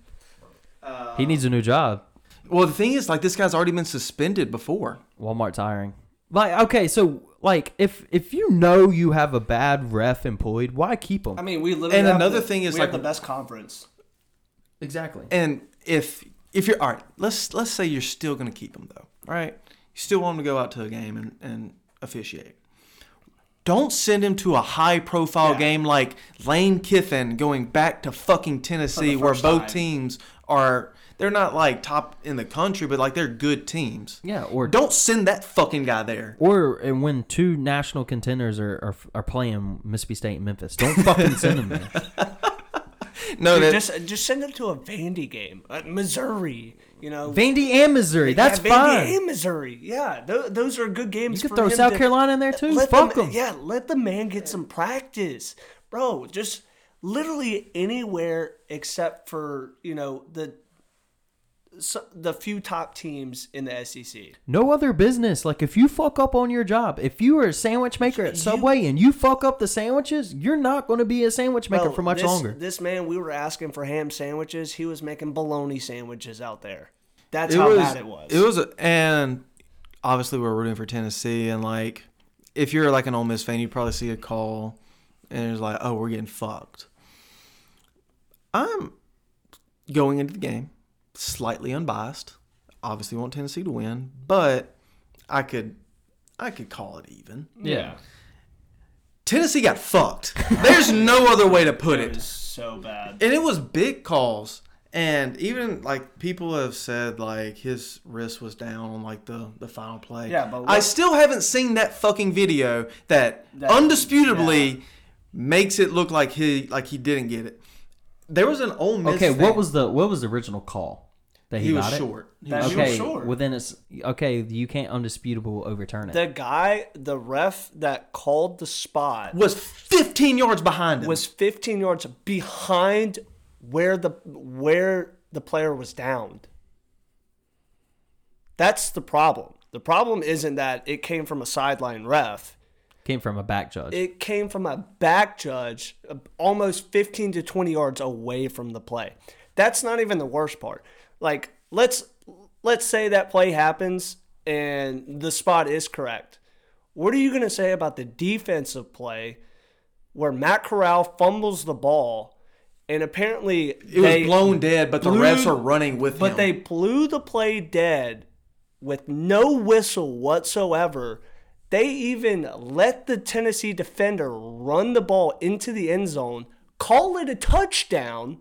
[SPEAKER 3] confirmed.
[SPEAKER 1] He needs a new job.
[SPEAKER 3] Well, the thing is, like this guy's already been suspended before.
[SPEAKER 1] Walmart's hiring. Like okay, so like if if you know you have a bad ref employed, why keep him?
[SPEAKER 4] I mean, we literally.
[SPEAKER 3] And
[SPEAKER 4] have
[SPEAKER 3] another
[SPEAKER 4] the-
[SPEAKER 3] thing is,
[SPEAKER 4] we
[SPEAKER 3] like-
[SPEAKER 4] have the best conference.
[SPEAKER 1] exactly.
[SPEAKER 3] And if if you're all right, let's let's say you're still going to keep him though. All right, you still want him to go out to a game and, and officiate. Don't send him to a high profile
[SPEAKER 4] Yeah.
[SPEAKER 3] game like Lane Kiffin going back to fucking Tennessee, where
[SPEAKER 4] first
[SPEAKER 3] both
[SPEAKER 4] time.
[SPEAKER 3] teams are they're not like top in the country, but like they're good teams.
[SPEAKER 1] Yeah, or
[SPEAKER 3] Don't send that fucking guy there.
[SPEAKER 1] Or and when two national contenders are, are are playing Mississippi State and Memphis, don't fucking send them there.
[SPEAKER 3] No,
[SPEAKER 4] Dude,
[SPEAKER 3] that,
[SPEAKER 4] just just send them to a Vandy game, uh, Missouri. You know,
[SPEAKER 1] Vandy and Missouri. That's
[SPEAKER 4] yeah, Vandy
[SPEAKER 1] fine.
[SPEAKER 4] and Missouri. Yeah, tho- those are good games.
[SPEAKER 1] you could
[SPEAKER 4] for
[SPEAKER 1] throw
[SPEAKER 4] him
[SPEAKER 1] South
[SPEAKER 4] to-
[SPEAKER 1] Carolina in there too.
[SPEAKER 4] Let
[SPEAKER 1] Fuck
[SPEAKER 4] the, ma-
[SPEAKER 1] them.
[SPEAKER 4] Yeah, let the man get some practice, bro. Just literally anywhere except for you know the so, the few top teams in the E SEC.
[SPEAKER 1] No other business. Like if you fuck up on your job, if you are a sandwich maker at Subway and you fuck up the sandwiches, you're not going to be a sandwich maker
[SPEAKER 4] Bro,
[SPEAKER 1] for much
[SPEAKER 4] this,
[SPEAKER 1] longer.
[SPEAKER 4] This man, we were asking for ham sandwiches. He was making bologna sandwiches out there. That's
[SPEAKER 3] it
[SPEAKER 4] how
[SPEAKER 3] was,
[SPEAKER 4] bad it was.
[SPEAKER 3] a- and obviously we're rooting for Tennessee, and like if you're like an Ole Miss fan, you probably see a call, and it's like, oh, we're getting fucked. I'm going into the game slightly unbiased. Obviously, want Tennessee to win, but I could, I could call it even.
[SPEAKER 1] yeah.
[SPEAKER 3] Tennessee got fucked. There's no other way to put
[SPEAKER 4] It
[SPEAKER 3] it.
[SPEAKER 4] was so bad.
[SPEAKER 3] And it was big calls. And even like people have said like his wrist was down on like the, the final play.
[SPEAKER 4] Yeah, but
[SPEAKER 3] I
[SPEAKER 4] what-
[SPEAKER 3] still haven't seen that fucking video that,
[SPEAKER 4] That-
[SPEAKER 3] undisputably makes it look like he like he didn't get it. There was an old Miss
[SPEAKER 1] Okay,
[SPEAKER 3] fan.
[SPEAKER 1] what was the what was the original call that he,
[SPEAKER 3] he was
[SPEAKER 1] got it?
[SPEAKER 3] short. He
[SPEAKER 4] That-
[SPEAKER 3] was
[SPEAKER 4] He
[SPEAKER 1] Okay,
[SPEAKER 4] was short.
[SPEAKER 1] well then it's okay. You can't undisputable overturn it.
[SPEAKER 4] The guy, the ref that called the spot
[SPEAKER 3] was fifteen yards behind him.
[SPEAKER 4] was 15 yards behind where the where the player was downed. That's the problem. The problem isn't that it came from a sideline ref.
[SPEAKER 1] Came from a back judge.
[SPEAKER 4] It came from a back judge uh, almost 15 to 20 yards away from the play. That's not even the worst part. Like let's let's say that play happens and the spot is correct. What are you going to say about the defensive play where Matt Corral fumbles the ball and apparently
[SPEAKER 3] it was blown dead, but the
[SPEAKER 4] blew-
[SPEAKER 3] refs are running with
[SPEAKER 4] but
[SPEAKER 3] him.
[SPEAKER 4] they blew the play dead with no whistle whatsoever. They even let the Tennessee defender run the ball into the end zone, call it a touchdown,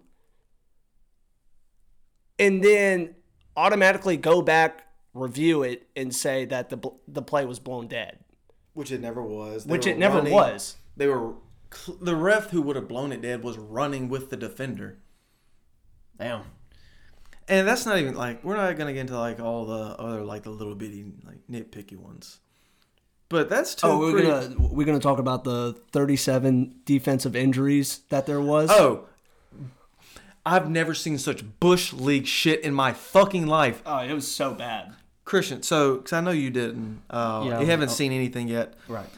[SPEAKER 4] and then automatically go back, review it, and say that the bl- the play was blown dead,
[SPEAKER 3] which it never was. They
[SPEAKER 4] which
[SPEAKER 3] were
[SPEAKER 4] it never
[SPEAKER 3] running.
[SPEAKER 4] was.
[SPEAKER 3] They were cl- the ref who would have blown it dead was running with the defender.
[SPEAKER 1] Damn.
[SPEAKER 3] And that's not even like we're not gonna get into like all the other like the little bitty like nitpicky ones. But that's too.
[SPEAKER 4] Oh, we're
[SPEAKER 3] pretty-
[SPEAKER 4] gonna we're gonna talk about the 37 defensive injuries that there was.
[SPEAKER 3] Oh, I've never seen such bush league shit in my fucking life,
[SPEAKER 4] oh, it was so bad.
[SPEAKER 3] Christian. So, because I know you didn't, uh,
[SPEAKER 1] Yeah,
[SPEAKER 3] you haven't
[SPEAKER 1] I'll-
[SPEAKER 3] seen anything yet.
[SPEAKER 1] Right.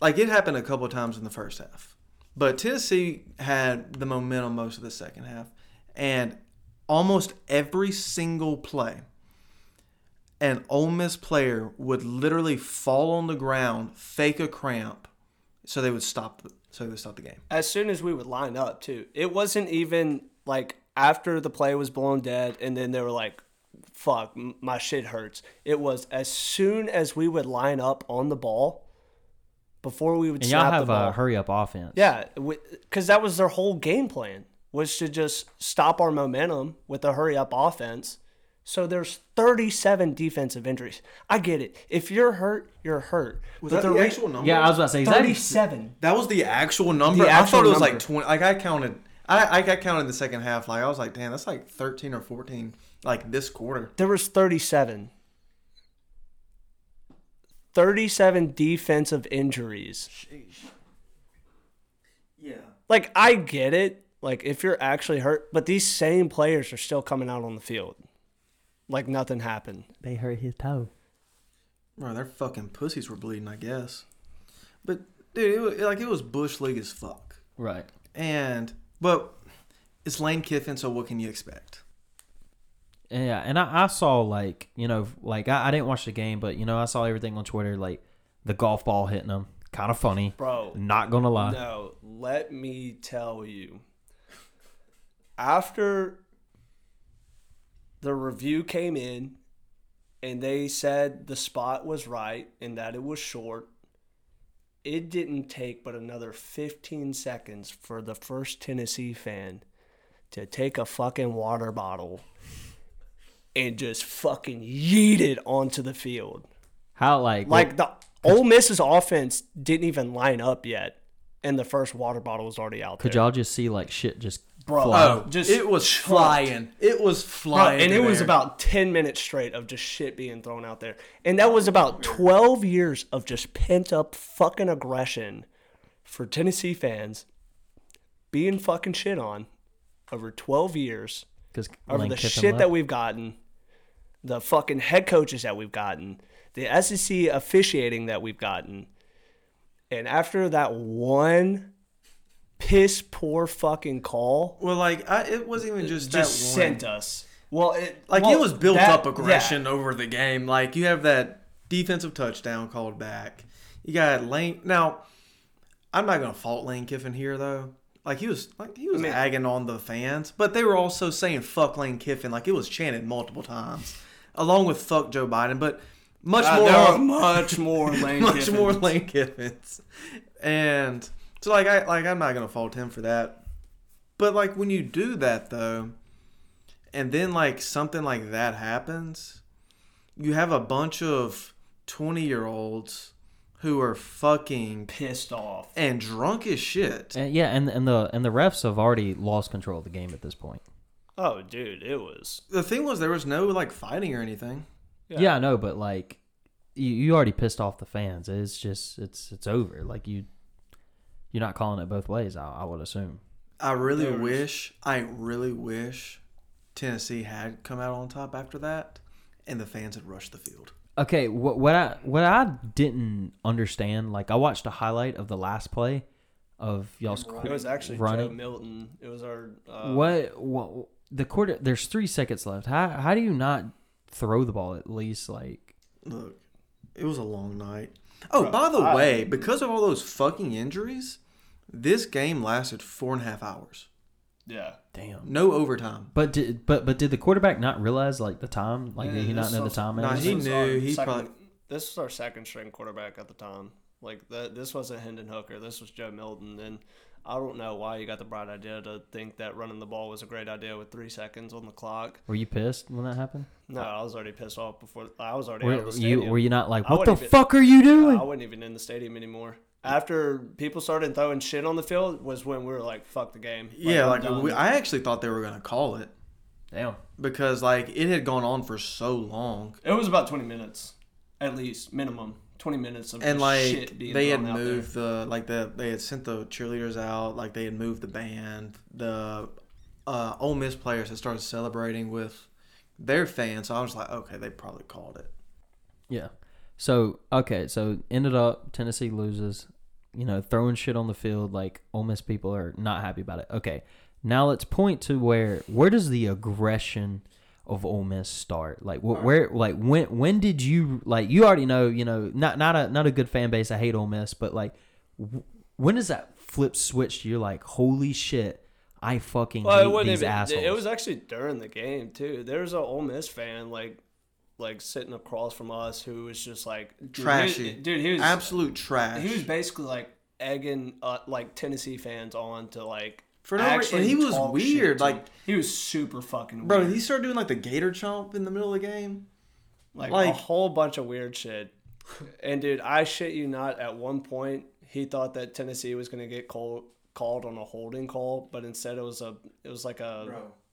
[SPEAKER 3] Like it happened a couple of times in the first half, but Tennessee had the momentum most of the second half, and almost every single play. an Ole Miss player would literally fall on the ground, fake a cramp, so they would stop. So they would stop the game.
[SPEAKER 4] as soon as we would line up too it wasn't even like after the play was blown dead and then they were like fuck m- my shit hurts it was as soon as we would line up on the ball before we would
[SPEAKER 1] And y'all
[SPEAKER 4] snap the
[SPEAKER 1] have uh,
[SPEAKER 4] ball
[SPEAKER 1] a hurry up offense.
[SPEAKER 4] yeah because that was their whole game plan was to just stop our momentum with a hurry up offense so there's 37 defensive injuries i get it if you're hurt you're hurt
[SPEAKER 3] Was that the
[SPEAKER 4] re-
[SPEAKER 3] actual number?
[SPEAKER 1] Yeah, I was about to say. Is that,
[SPEAKER 4] 37
[SPEAKER 3] that was the actual number.
[SPEAKER 4] The
[SPEAKER 3] I thought
[SPEAKER 4] actual
[SPEAKER 3] it was like
[SPEAKER 4] number.
[SPEAKER 3] twenty. Like I counted. I, I got counted the second half. Like I was like, damn, that's like thirteen or fourteen. Like this quarter.
[SPEAKER 4] There was 37. 37 defensive injuries.
[SPEAKER 3] Yeah.
[SPEAKER 4] Like I get it, like if you're actually hurt, but these same players are still coming out on the field. Like nothing happened.
[SPEAKER 1] they hurt his toe.
[SPEAKER 3] Bro, their fucking pussies were bleeding. I guess. But dude, it was, like it was bush league as fuck.
[SPEAKER 1] Right.
[SPEAKER 3] And but it's Lane Kiffin, so what can you expect?
[SPEAKER 1] Yeah, and I, I saw like you know like I, I didn't watch the game, but you know I saw everything on Twitter like the golf ball hitting him, kind of funny.
[SPEAKER 4] Bro.
[SPEAKER 1] Not gonna lie.
[SPEAKER 4] No, let me tell you. After the review came in and they said the spot was right and that it was short, it didn't take but another 15 seconds for the first Tennessee fan to take a fucking water bottle and just fucking yeet it onto the field.
[SPEAKER 1] How like
[SPEAKER 4] Like the Ole Miss's offense didn't even line up yet, and the first water bottle was already out
[SPEAKER 1] Could
[SPEAKER 4] there.
[SPEAKER 1] y'all just see like shit just
[SPEAKER 4] Bro.
[SPEAKER 1] fly?
[SPEAKER 3] Oh,
[SPEAKER 4] just
[SPEAKER 3] just it was flying. It was
[SPEAKER 4] Bro,
[SPEAKER 3] flying,
[SPEAKER 4] and it
[SPEAKER 3] in
[SPEAKER 4] was
[SPEAKER 3] there.
[SPEAKER 4] about 10 minutes straight of just shit being thrown out there. And that was about 12 years of just pent up fucking aggression for Tennessee fans being fucking shit on over 12 years
[SPEAKER 1] Because
[SPEAKER 4] over the shit that we've gotten, the fucking head coaches that we've gotten, the SEC officiating that we've gotten. And after that one piss poor fucking call,
[SPEAKER 3] Well, like I, it wasn't even just,
[SPEAKER 4] just
[SPEAKER 3] that one.
[SPEAKER 4] sent us. Well, it
[SPEAKER 3] Like
[SPEAKER 4] well,
[SPEAKER 3] it was built
[SPEAKER 4] that-
[SPEAKER 3] up
[SPEAKER 4] yeah.
[SPEAKER 3] aggression over the game. Like you have that defensive touchdown called back. You got Lane. Now, I'm not gonna fault Lane Kiffin here though. Like he was, like he was
[SPEAKER 4] mean-
[SPEAKER 3] agging on the fans, but they were also saying "fuck Lane Kiffin." Like it was chanted multiple times, along with "fuck Joe Biden." But much
[SPEAKER 5] Uh,
[SPEAKER 3] more,
[SPEAKER 5] there are much more Lane
[SPEAKER 3] much
[SPEAKER 5] Kiffin.
[SPEAKER 3] more Lane Kiffins, and so like I like I'm not gonna fault him for that, but like when you do that though, and then like something like that happens, you have a bunch of twenty year olds who are fucking
[SPEAKER 4] pissed off.
[SPEAKER 3] and drunk as shit.
[SPEAKER 1] And, yeah, and and the and the refs have already lost control of the game at this point.
[SPEAKER 4] Oh, dude, it was.
[SPEAKER 3] The thing was there was no like fighting or anything.
[SPEAKER 1] Yeah, I know, but like, you, you already pissed off the fans. It's just it's it's over. Like you, you're not calling it both ways. I, I would assume.
[SPEAKER 3] I really wish, I really wish Tennessee had come out on top after that, and the fans had rushed the field.
[SPEAKER 1] Okay, what what I what I didn't understand, like I watched a highlight of the last play of y'all's qu-
[SPEAKER 4] It was actually Joe
[SPEAKER 1] running.
[SPEAKER 4] Milton. It was our. Uh,
[SPEAKER 1] What what the quarter? There's three seconds left. How how do you not throw the ball at least? Like
[SPEAKER 3] Look, it was a long night. Oh, by the way, because of all those fucking injuries, this game lasted four and a half hours.
[SPEAKER 5] Yeah.
[SPEAKER 1] damn.
[SPEAKER 3] No overtime.
[SPEAKER 1] But did but but did the quarterback not realize like the time? Like did he not
[SPEAKER 5] that's
[SPEAKER 1] know the
[SPEAKER 5] something-
[SPEAKER 1] time?
[SPEAKER 3] Nah,
[SPEAKER 1] anyway?
[SPEAKER 3] he
[SPEAKER 4] was
[SPEAKER 3] knew.
[SPEAKER 4] our
[SPEAKER 3] he
[SPEAKER 4] second-
[SPEAKER 3] probably.
[SPEAKER 4] This was our second string quarterback at the time. Like that, this wasn't Hendon Hooker. This was Joe Milton. And I don't know why you got the bright idea to think that running the ball was a great idea with three seconds on the clock.
[SPEAKER 1] Were you pissed when that happened?
[SPEAKER 4] No, I was already pissed off before. I was already out of
[SPEAKER 1] Were
[SPEAKER 4] the
[SPEAKER 1] you
[SPEAKER 4] stadium.
[SPEAKER 1] were you not like
[SPEAKER 4] I
[SPEAKER 1] what the
[SPEAKER 4] would've been-
[SPEAKER 1] fuck are you doing?
[SPEAKER 4] I wasn't even in the stadium anymore. After people started throwing shit on the field was when we were like, "Fuck the game."
[SPEAKER 3] Yeah,
[SPEAKER 4] we're
[SPEAKER 3] like
[SPEAKER 4] done.
[SPEAKER 3] we, I actually thought they were gonna call it
[SPEAKER 1] Damn.
[SPEAKER 3] because like it had gone on for so long,
[SPEAKER 4] It was about 20 minutes, at least, minimum. 20 minutes of just
[SPEAKER 3] and like
[SPEAKER 4] shit being
[SPEAKER 3] they had
[SPEAKER 4] thrown out there.
[SPEAKER 3] moved the like the they had sent the cheerleaders out, like they had moved the band. The uh, Ole Miss players had started celebrating with their fans, so I was like, okay, they probably called it.
[SPEAKER 1] Yeah. So okay, so ended up Tennessee loses. You know, throwing shit on the field like Ole Miss people are not happy about it. Okay, now let's point to where where does the aggression of Ole Miss start? Like wh- where like when when did you like you already know you know not not a not a good fan base. I hate Ole Miss, but like w- when does that flip switch? You're like holy shit, I fucking
[SPEAKER 4] Well, it
[SPEAKER 1] hate
[SPEAKER 4] wasn't
[SPEAKER 1] these
[SPEAKER 4] even.
[SPEAKER 1] assholes.
[SPEAKER 4] It was actually during the game too. There was an Ole Miss fan like, like sitting across from us who was just like dude, he-
[SPEAKER 3] Trashy,
[SPEAKER 4] dude, he was
[SPEAKER 3] absolute trash.
[SPEAKER 4] he was basically like egging uh, like Tennessee fans on to like
[SPEAKER 3] For no re-
[SPEAKER 4] actually
[SPEAKER 3] and he was
[SPEAKER 4] talk
[SPEAKER 3] weird,
[SPEAKER 4] shit to
[SPEAKER 3] like-
[SPEAKER 4] him. he was super fucking
[SPEAKER 3] Bro,
[SPEAKER 4] weird.
[SPEAKER 3] he started doing like the gator chomp in the middle of the game.
[SPEAKER 4] like, a
[SPEAKER 3] like-
[SPEAKER 4] whole bunch of weird shit. And dude, I shit you not. At one point, he thought that Tennessee was gonna get called called on a holding call, but instead it was a it was like a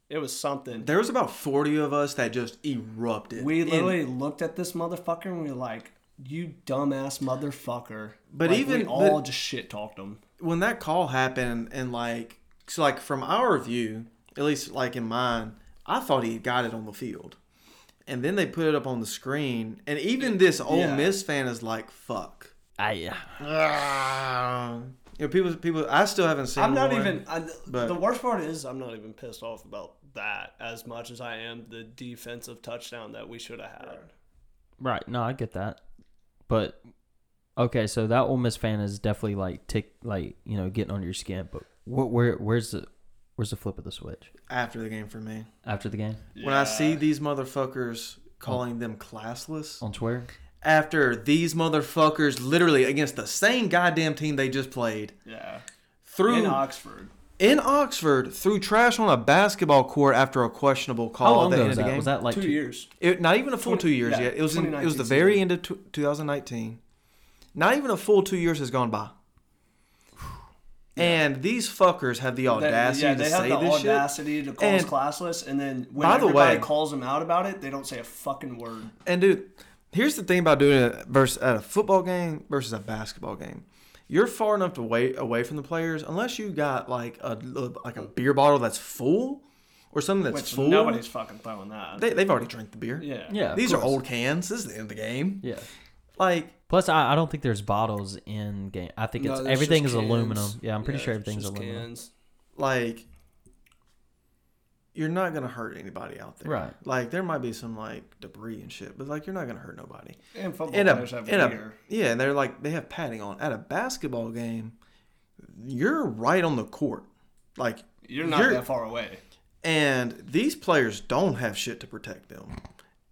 [SPEAKER 4] it was something.
[SPEAKER 3] There was about forty of us that just erupted.
[SPEAKER 4] We
[SPEAKER 3] And-
[SPEAKER 4] literally looked at this motherfucker and we were like, "You dumbass motherfucker!"
[SPEAKER 3] But
[SPEAKER 4] Like,
[SPEAKER 3] even-
[SPEAKER 4] we
[SPEAKER 3] but-
[SPEAKER 4] all just shit talked him.
[SPEAKER 3] when that call happened, and like, so like from our view, at least like in mine, I thought he got it on the field, and then they put it up on the screen, and even this Ole
[SPEAKER 4] Yeah.
[SPEAKER 3] Miss fan is like, "Fuck."
[SPEAKER 1] I,
[SPEAKER 3] You know, people, people. I still haven't seen.
[SPEAKER 4] I'm not
[SPEAKER 3] one.
[SPEAKER 4] even. I,
[SPEAKER 3] but-
[SPEAKER 4] the worst part is I'm not even pissed off about that as much as I am the defensive touchdown that we should have had.
[SPEAKER 1] Right. No, I get that. But okay, so that Ole Miss fan is definitely like tick, like you know, getting on your skin. But what, where, where's the, where's the flip of the switch
[SPEAKER 3] after the game for me.
[SPEAKER 1] after the game
[SPEAKER 3] When I see these motherfuckers
[SPEAKER 4] Oh.
[SPEAKER 3] calling them classless,
[SPEAKER 1] on Twitter?
[SPEAKER 3] after these motherfuckers literally against the same goddamn team they just played
[SPEAKER 4] Yeah,
[SPEAKER 3] through
[SPEAKER 4] in
[SPEAKER 3] in,
[SPEAKER 4] Oxford.
[SPEAKER 3] Oxford threw trash on a basketball court after a questionable call
[SPEAKER 1] How
[SPEAKER 3] at
[SPEAKER 1] long
[SPEAKER 3] the
[SPEAKER 1] ago
[SPEAKER 3] end
[SPEAKER 1] was
[SPEAKER 3] of the
[SPEAKER 1] that?
[SPEAKER 3] game.
[SPEAKER 1] Was that like
[SPEAKER 4] Two years.
[SPEAKER 3] It- not even a full
[SPEAKER 4] Twen-
[SPEAKER 3] two years
[SPEAKER 4] yeah,
[SPEAKER 3] yet. It was in, it was the
[SPEAKER 4] 2019
[SPEAKER 3] very
[SPEAKER 4] season.
[SPEAKER 3] end of tw 2019. Not even a full two years has gone by. And these fuckers have the audacity
[SPEAKER 4] yeah, they
[SPEAKER 3] to
[SPEAKER 4] have
[SPEAKER 3] say
[SPEAKER 4] the
[SPEAKER 3] this shit.
[SPEAKER 4] audacity to call us
[SPEAKER 3] And-
[SPEAKER 4] classless, and then when
[SPEAKER 3] By the
[SPEAKER 4] everybody
[SPEAKER 3] way-
[SPEAKER 4] calls them out about it, they don't say a fucking word.
[SPEAKER 3] And dude, here's the thing about doing it versus at a football game versus a basketball game. You're far enough to wait away from the players, unless you got like a like a beer bottle that's full, or something that's
[SPEAKER 4] Which
[SPEAKER 3] full.
[SPEAKER 4] nobody's fucking throwing that.
[SPEAKER 3] They, they've already drank the beer.
[SPEAKER 4] yeah.
[SPEAKER 1] Yeah. of
[SPEAKER 3] These are
[SPEAKER 1] course.
[SPEAKER 3] old cans. This is the end of the game.
[SPEAKER 1] Yeah.
[SPEAKER 3] Like,
[SPEAKER 1] Plus, I, I don't think there's bottles in game. I think
[SPEAKER 4] No,
[SPEAKER 1] it's
[SPEAKER 4] there's
[SPEAKER 1] everything is
[SPEAKER 4] just cans.
[SPEAKER 1] aluminum. Yeah, I'm pretty
[SPEAKER 4] Yeah,
[SPEAKER 1] sure
[SPEAKER 4] it's
[SPEAKER 1] everything's
[SPEAKER 4] just
[SPEAKER 1] aluminum.
[SPEAKER 4] cans.
[SPEAKER 3] like you're not gonna hurt anybody out there.
[SPEAKER 1] Right.
[SPEAKER 3] Like there might be some like debris and shit, but like you're not gonna hurt nobody.
[SPEAKER 4] And football
[SPEAKER 3] In a,
[SPEAKER 4] players have
[SPEAKER 3] in a
[SPEAKER 4] beer.
[SPEAKER 3] yeah, they're like they have padding on. At a basketball game, you're right on the court. Like
[SPEAKER 4] You're not
[SPEAKER 3] You're-
[SPEAKER 4] that far away.
[SPEAKER 3] and these players don't have shit to protect them.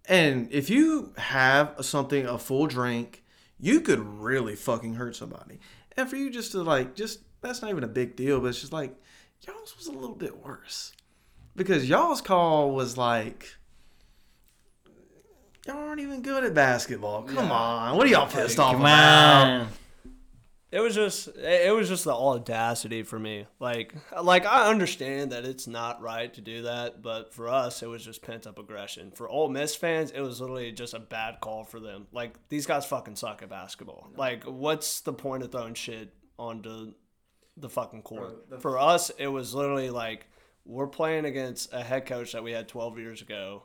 [SPEAKER 3] And if you have something, a full drink, you could really fucking hurt somebody. And for you just to like, just that's not even a big deal, but it's just like, y'all's was a little bit worse. Because y'all's call was like, y'all aren't even good at basketball. Come on. What are y'all pissed off about?
[SPEAKER 4] It was just it it was just the audacity for me. Like like I understand that it's not right to do that, but for us it was just pent up aggression. For Ole Miss fans, it was literally just a bad call for them. Like these guys fucking suck at basketball. Like what's the point of throwing shit onto the fucking court? for us, it was literally like we're playing against a head coach that we had 12 years ago.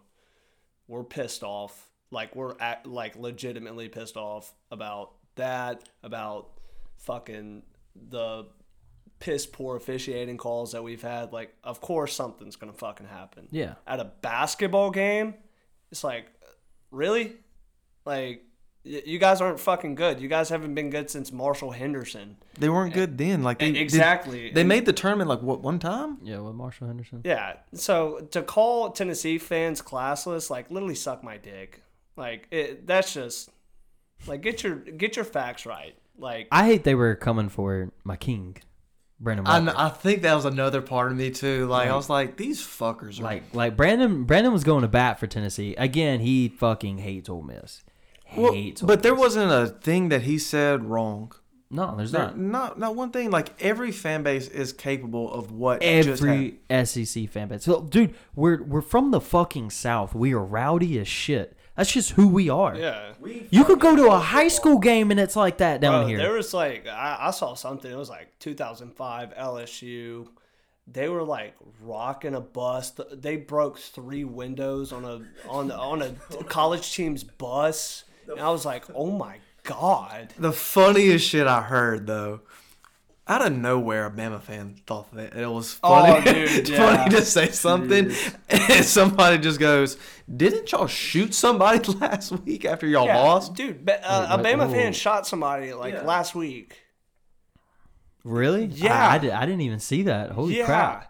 [SPEAKER 4] We're pissed off. Like we're at, like legitimately pissed off about that, about fucking the piss poor officiating calls that we've had. Like, of course something's gonna fucking happen.
[SPEAKER 1] Yeah.
[SPEAKER 4] At a basketball game, it's like, really? Like, y- you guys aren't fucking good. You guys haven't been good since Marshall Henderson.
[SPEAKER 3] They weren't good then. Like they did-
[SPEAKER 4] E, Exactly.
[SPEAKER 3] they made the tournament like what one time?
[SPEAKER 1] Yeah, with Marshall Henderson.
[SPEAKER 4] Yeah. So to call Tennessee fans classless, like literally suck my dick. Like it, that's just like get your get your facts right. Like
[SPEAKER 1] I hate they were coming for my king, Brandon.
[SPEAKER 3] I,
[SPEAKER 1] Walker.
[SPEAKER 3] I think that was another part of me too. Like I was like, these fuckers are
[SPEAKER 1] Like like Brandon Brandon was going to bat for Tennessee again. He fucking hates Ole Miss.
[SPEAKER 3] Well,
[SPEAKER 1] Hates Ole
[SPEAKER 3] but there
[SPEAKER 1] Miss.
[SPEAKER 3] wasn't a thing that he said wrong.
[SPEAKER 1] no. There's
[SPEAKER 3] There-
[SPEAKER 1] not
[SPEAKER 3] Not not one thing. Like every fan base is capable of what just happened.
[SPEAKER 1] every SEC fan base. So, dude, we're we're from the fucking South. We are rowdy as shit. That's just who we are.
[SPEAKER 4] yeah.
[SPEAKER 1] You could go to a high school game and it's like that down
[SPEAKER 4] Bro,
[SPEAKER 1] here.
[SPEAKER 4] There was like I, I saw something. It was like 2005 LSU. They were like rocking a bus. Th- They broke three windows on a on the, on a college team's bus. And I was like, oh my god.
[SPEAKER 3] The funniest shit I heard though. Out of nowhere, a Bama fan thought that it was funny,
[SPEAKER 4] Oh, dude, yeah.
[SPEAKER 3] funny to say something, and somebody just goes, "Didn't y'all shoot somebody last week after y'all
[SPEAKER 4] Yeah,
[SPEAKER 3] lost?"
[SPEAKER 4] dude. Ba- uh, a
[SPEAKER 1] like,
[SPEAKER 4] Bama
[SPEAKER 1] ooh.
[SPEAKER 4] fan shot somebody like last week.
[SPEAKER 1] really?
[SPEAKER 4] Yeah.
[SPEAKER 1] I, I, did, I didn't even see that. Holy crap!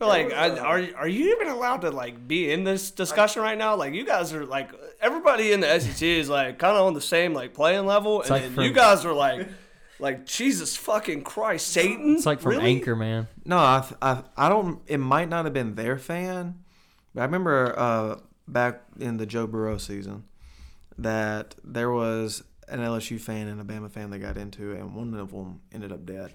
[SPEAKER 4] But, Like, I- are are you even allowed to like be in this discussion right now? Like, you guys are like everybody in the SEC is like kind of on the same like playing level, and
[SPEAKER 1] like
[SPEAKER 4] then
[SPEAKER 1] from-
[SPEAKER 4] you guys are like, like Jesus fucking Christ, Satan.
[SPEAKER 1] It's like from
[SPEAKER 4] Really?
[SPEAKER 1] Anchor, man.
[SPEAKER 3] No, I, I, I don't. It might not have been their fan, but I remember uh, back in the Joe Burrow season that there was an LSU fan and a Bama fan that got into it, and one of them ended up dead.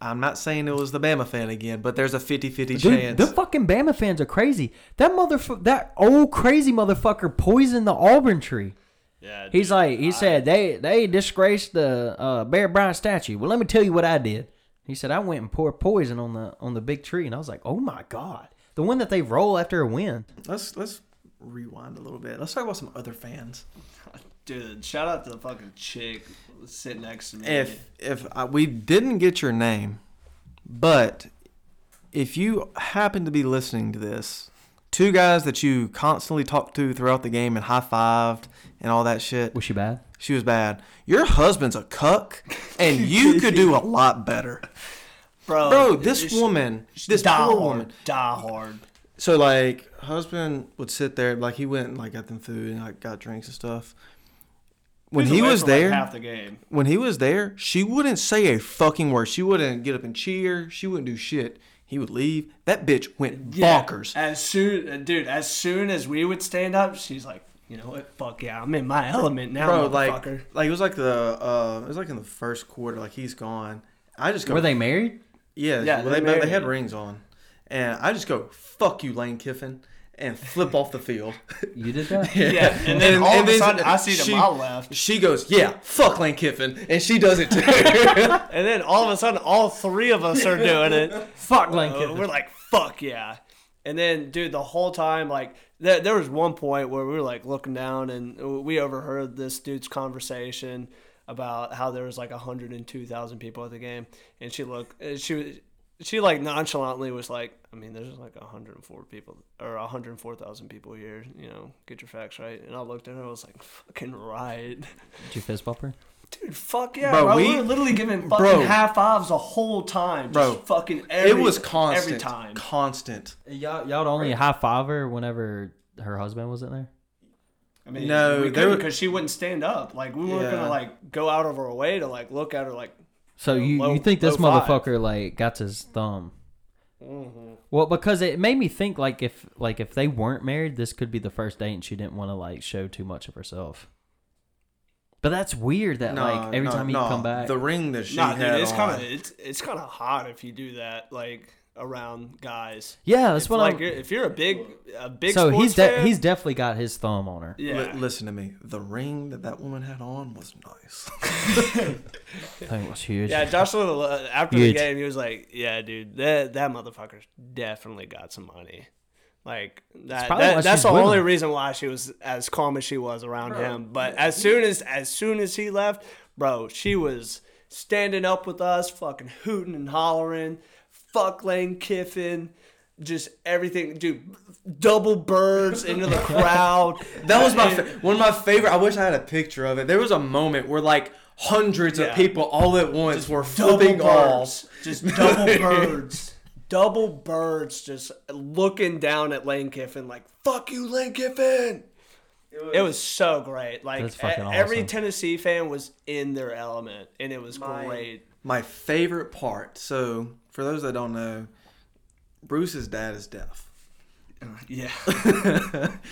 [SPEAKER 3] I'm not saying it was the Bama fan again, but there's a 50 50
[SPEAKER 1] Dude,
[SPEAKER 3] chance.
[SPEAKER 1] the fucking Bama fans are crazy. That motherfucker, that old crazy motherfucker, poisoned the Auburn tree.
[SPEAKER 4] Yeah,
[SPEAKER 1] He's like, he said they they disgraced the uh, Bear Bryant statue. Well, let me tell you what I did. He said I went and poured poison on the on the big tree, and I was like, oh my god, the one that they roll after a win.
[SPEAKER 3] let's, let's rewind a little bit. Let's talk about some other fans.
[SPEAKER 4] dude. Shout out to the fucking chick sitting next to me.
[SPEAKER 3] If if I, we didn't get your name, but if you happen to be listening to this, two guys that you constantly talked to throughout the game and high fived and all that shit,
[SPEAKER 1] Was she bad?
[SPEAKER 3] she was bad. Your husband's a cuck, and you could do a lot better,
[SPEAKER 4] bro,
[SPEAKER 3] bro. This woman, this
[SPEAKER 4] die
[SPEAKER 3] poor
[SPEAKER 4] hard,
[SPEAKER 3] woman.
[SPEAKER 4] die hard.
[SPEAKER 3] So like, husband would sit there, like he went and like got them food and like got drinks and stuff. When
[SPEAKER 4] He's
[SPEAKER 3] he
[SPEAKER 4] away
[SPEAKER 3] was
[SPEAKER 4] for, like,
[SPEAKER 3] there,
[SPEAKER 4] half the game.
[SPEAKER 3] when he was there, she wouldn't say a fucking word. She wouldn't get up and cheer. She wouldn't do shit. He would leave. That bitch went bonkers.
[SPEAKER 4] As soon, dude, as soon as we would stand up, she's like, you know what? Fuck yeah, I'm in my element now,
[SPEAKER 3] Bro, like,
[SPEAKER 4] motherfucker.
[SPEAKER 3] like it was like the uh, it was like in the first quarter. Like he's gone. I just go.
[SPEAKER 1] Were they married?
[SPEAKER 3] Yeah,
[SPEAKER 4] Yeah,
[SPEAKER 3] well, they,
[SPEAKER 4] they're
[SPEAKER 3] bo- they
[SPEAKER 4] married.
[SPEAKER 3] had rings on, and I just go fuck you, Lane Kiffin, and flip off the field.
[SPEAKER 1] You did that?
[SPEAKER 5] Yeah, and then all
[SPEAKER 3] and
[SPEAKER 5] of a
[SPEAKER 3] then
[SPEAKER 5] sudden I see to
[SPEAKER 3] she-
[SPEAKER 5] my left.
[SPEAKER 3] She goes, yeah, fuck Lane Kiffin, and she does it too.
[SPEAKER 4] And then all of a sudden, all three of us are doing it.
[SPEAKER 1] Fuck Lane
[SPEAKER 4] Uh,
[SPEAKER 1] Kiffin.
[SPEAKER 4] We're like, fuck yeah. And then, dude, the whole time, like, there, there was one point where we were like looking down and we overheard this dude's conversation about how there was like 102,000 people at the game. And she looked, and she was, she like nonchalantly was like, I mean, there's like 104 people or 104,000 people here, you know, get your facts right. And I looked at her, I was like, fucking right.
[SPEAKER 1] Did you fist bump her?
[SPEAKER 4] Dude, fuck yeah,
[SPEAKER 3] Bro,
[SPEAKER 4] bro.
[SPEAKER 3] we-
[SPEAKER 4] we were literally giving fucking
[SPEAKER 3] bro.
[SPEAKER 4] high fives the whole time.
[SPEAKER 3] Bro,
[SPEAKER 4] Just fucking every,
[SPEAKER 3] it was constant,
[SPEAKER 4] Every time.
[SPEAKER 3] constant.
[SPEAKER 1] Y'all, y'all would only high five her whenever her husband wasn't there.
[SPEAKER 4] I mean,
[SPEAKER 3] No,
[SPEAKER 4] we
[SPEAKER 3] they
[SPEAKER 4] couldn't
[SPEAKER 3] were-
[SPEAKER 4] because she wouldn't stand up. Like we
[SPEAKER 3] Yeah.
[SPEAKER 4] weren't gonna like go out of our way to like look at her like
[SPEAKER 1] So you,
[SPEAKER 4] low-
[SPEAKER 1] you think this
[SPEAKER 4] low five. Mm-hmm.
[SPEAKER 1] motherfucker like got his thumb? Well, because it made me think like if like if they weren't married, this could be the first date, and she didn't want to like show too much of herself. But that's weird that like every
[SPEAKER 3] no,
[SPEAKER 1] time you
[SPEAKER 3] no,
[SPEAKER 1] come back,
[SPEAKER 3] the ring that she
[SPEAKER 4] Nah,
[SPEAKER 3] had
[SPEAKER 4] dude, it's
[SPEAKER 3] on.
[SPEAKER 4] kind of it's it's kind of hot if you do that like around guys.
[SPEAKER 1] yeah, that's
[SPEAKER 4] If,
[SPEAKER 1] what
[SPEAKER 4] like
[SPEAKER 1] I'm.
[SPEAKER 4] you're, if you're a big a big
[SPEAKER 1] so
[SPEAKER 4] sports
[SPEAKER 1] he's de-
[SPEAKER 4] fan,
[SPEAKER 1] he's definitely got his thumb on her.
[SPEAKER 4] yeah.
[SPEAKER 3] Li- listen to me. The ring that that woman had on was nice.
[SPEAKER 1] I think it was huge.
[SPEAKER 4] Yeah, Josh Little, uh, after the
[SPEAKER 1] Huge.
[SPEAKER 4] game, he was like, "Yeah, dude, that that motherfucker's definitely got some money." Like that,
[SPEAKER 1] probably why
[SPEAKER 4] that that's
[SPEAKER 1] she's
[SPEAKER 4] the
[SPEAKER 1] with
[SPEAKER 4] only
[SPEAKER 1] him.
[SPEAKER 4] reason why she was as calm as she was around him. But as soon as as soon as he left, bro, she was standing up with us, fucking hooting and hollering, fuck Lane Kiffin, just everything, dude. Double birds into the crowd.
[SPEAKER 3] That was my fa- one of my favorite. I wish I had a picture of it. There was a moment where like hundreds of
[SPEAKER 4] Yeah.
[SPEAKER 3] people all at once were
[SPEAKER 4] double
[SPEAKER 3] flipping off.
[SPEAKER 4] birds, just double birds, double birds, just looking down at Lane Kiffin like "fuck you, Lane Kiffin." It was, so great. Like
[SPEAKER 1] That's fucking
[SPEAKER 4] e- every
[SPEAKER 1] awesome.
[SPEAKER 4] Tennessee fan was in their element, and it was great.
[SPEAKER 3] My favorite part. So for those that don't know, Bruce's dad is deaf.
[SPEAKER 4] Yeah,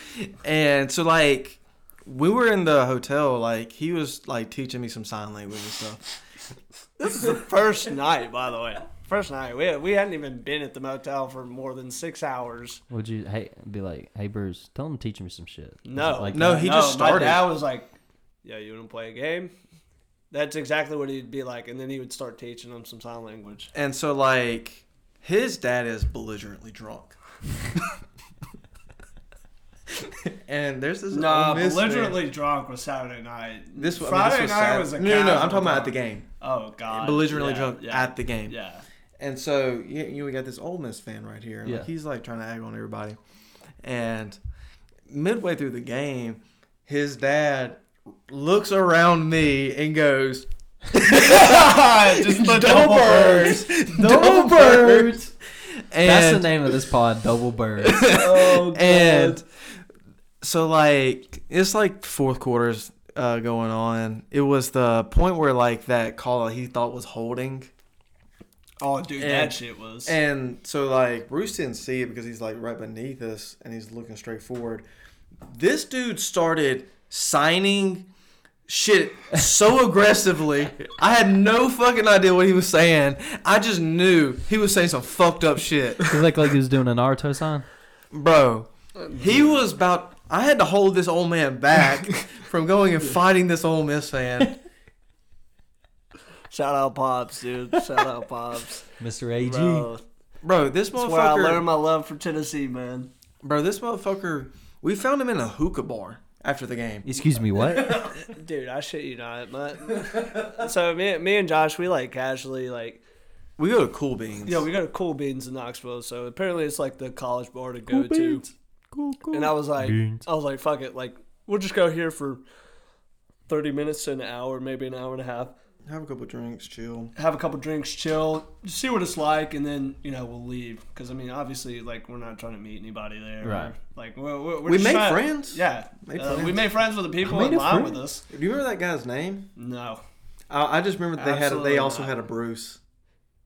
[SPEAKER 3] and so like we were in the hotel, like he was like teaching me some sign language and stuff.
[SPEAKER 4] this is the first night, by the way. First night, we we hadn't even been at the motel for more than six hours.
[SPEAKER 1] Would you hey be like, hey Bruce, tell him to teach me some shit? Was
[SPEAKER 4] No.
[SPEAKER 1] it like
[SPEAKER 3] No,
[SPEAKER 1] that?
[SPEAKER 3] he just started.
[SPEAKER 4] My dad was like, "Yo, you want to play a game?" That's exactly what he'd be like, and then he would start teaching them some sign language.
[SPEAKER 3] And so like his dad is belligerently drunk. and there's this
[SPEAKER 4] Nah,
[SPEAKER 3] old miss man.
[SPEAKER 4] belligerently drunk was Saturday night.
[SPEAKER 3] This was,
[SPEAKER 4] Friday
[SPEAKER 3] I mean, this was
[SPEAKER 4] night
[SPEAKER 3] Sat-
[SPEAKER 4] was a
[SPEAKER 3] no, no, no. I'm
[SPEAKER 4] casual
[SPEAKER 3] talking about at the
[SPEAKER 4] drunk.
[SPEAKER 3] game.
[SPEAKER 4] Oh god,
[SPEAKER 3] belligerently
[SPEAKER 4] Yeah,
[SPEAKER 3] drunk
[SPEAKER 4] yeah,
[SPEAKER 3] at the game.
[SPEAKER 4] Yeah,
[SPEAKER 3] And so you, you got this Ole Miss fan right here.
[SPEAKER 1] Yeah.
[SPEAKER 3] Like, he's like trying to act on everybody. And midway through the game, his dad looks around me and goes,
[SPEAKER 5] just the
[SPEAKER 3] "Double
[SPEAKER 5] double birds.
[SPEAKER 3] birds, double birds."
[SPEAKER 1] That's the
[SPEAKER 3] And
[SPEAKER 1] name of this pod, Double Bird.
[SPEAKER 3] Oh, and so like it's like fourth quarters uh, going on. It was the point where like that call that he thought was holding.
[SPEAKER 4] Oh dude,
[SPEAKER 3] And-
[SPEAKER 4] that shit was.
[SPEAKER 3] And so like Bruce didn't see it because he's like right beneath us and he's looking straight forward. This dude started signing shit so aggressively. I had no fucking idea what he was saying. I just knew he was saying some fucked up shit.
[SPEAKER 1] he looked like he was doing an Naruto sign.
[SPEAKER 3] Bro,
[SPEAKER 4] Uh,
[SPEAKER 3] he was about I had to hold this old man back from going and fighting this old Miss fan.
[SPEAKER 4] Shout out pops, dude. Shout out pops,
[SPEAKER 1] Mr. AG.
[SPEAKER 4] bro.
[SPEAKER 3] Bro, this
[SPEAKER 4] That's where I
[SPEAKER 3] motherfucker
[SPEAKER 4] learned my love for Tennessee, man.
[SPEAKER 3] Bro, this motherfucker we found him in a hookah bar after the game.
[SPEAKER 1] Excuse me, what?
[SPEAKER 4] Dude, I shit you not. My, so me, me and Josh, we like casually like
[SPEAKER 3] We go to Cool Beans.
[SPEAKER 4] Yeah, we go to Cool Beans in Knoxville, so apparently it's like the college bar to go to.
[SPEAKER 1] cool, cool.
[SPEAKER 4] And I was like,
[SPEAKER 1] Beans.
[SPEAKER 4] I was like, fuck it, like we'll just go here for thirty minutes to an hour, maybe an hour and a half,
[SPEAKER 3] Have a couple drinks, chill.
[SPEAKER 4] have a couple drinks, chill, just see what it's like, and then you know we'll leave. Because I mean, obviously, like we're not trying to meet anybody there,
[SPEAKER 1] Right.
[SPEAKER 4] Like we're, we're, we're
[SPEAKER 3] We
[SPEAKER 4] just
[SPEAKER 3] made
[SPEAKER 4] trying-
[SPEAKER 3] friends.
[SPEAKER 4] Yeah,
[SPEAKER 3] Made
[SPEAKER 4] Uh, we
[SPEAKER 3] friends.
[SPEAKER 4] made friends with the people
[SPEAKER 1] made
[SPEAKER 4] in
[SPEAKER 1] a
[SPEAKER 4] line
[SPEAKER 1] friend.
[SPEAKER 4] with us.
[SPEAKER 3] Do you remember that guy's name?
[SPEAKER 4] No,
[SPEAKER 3] I, I just remember they had. A, they
[SPEAKER 4] Absolutely
[SPEAKER 3] also
[SPEAKER 4] not.
[SPEAKER 3] had a Bruce.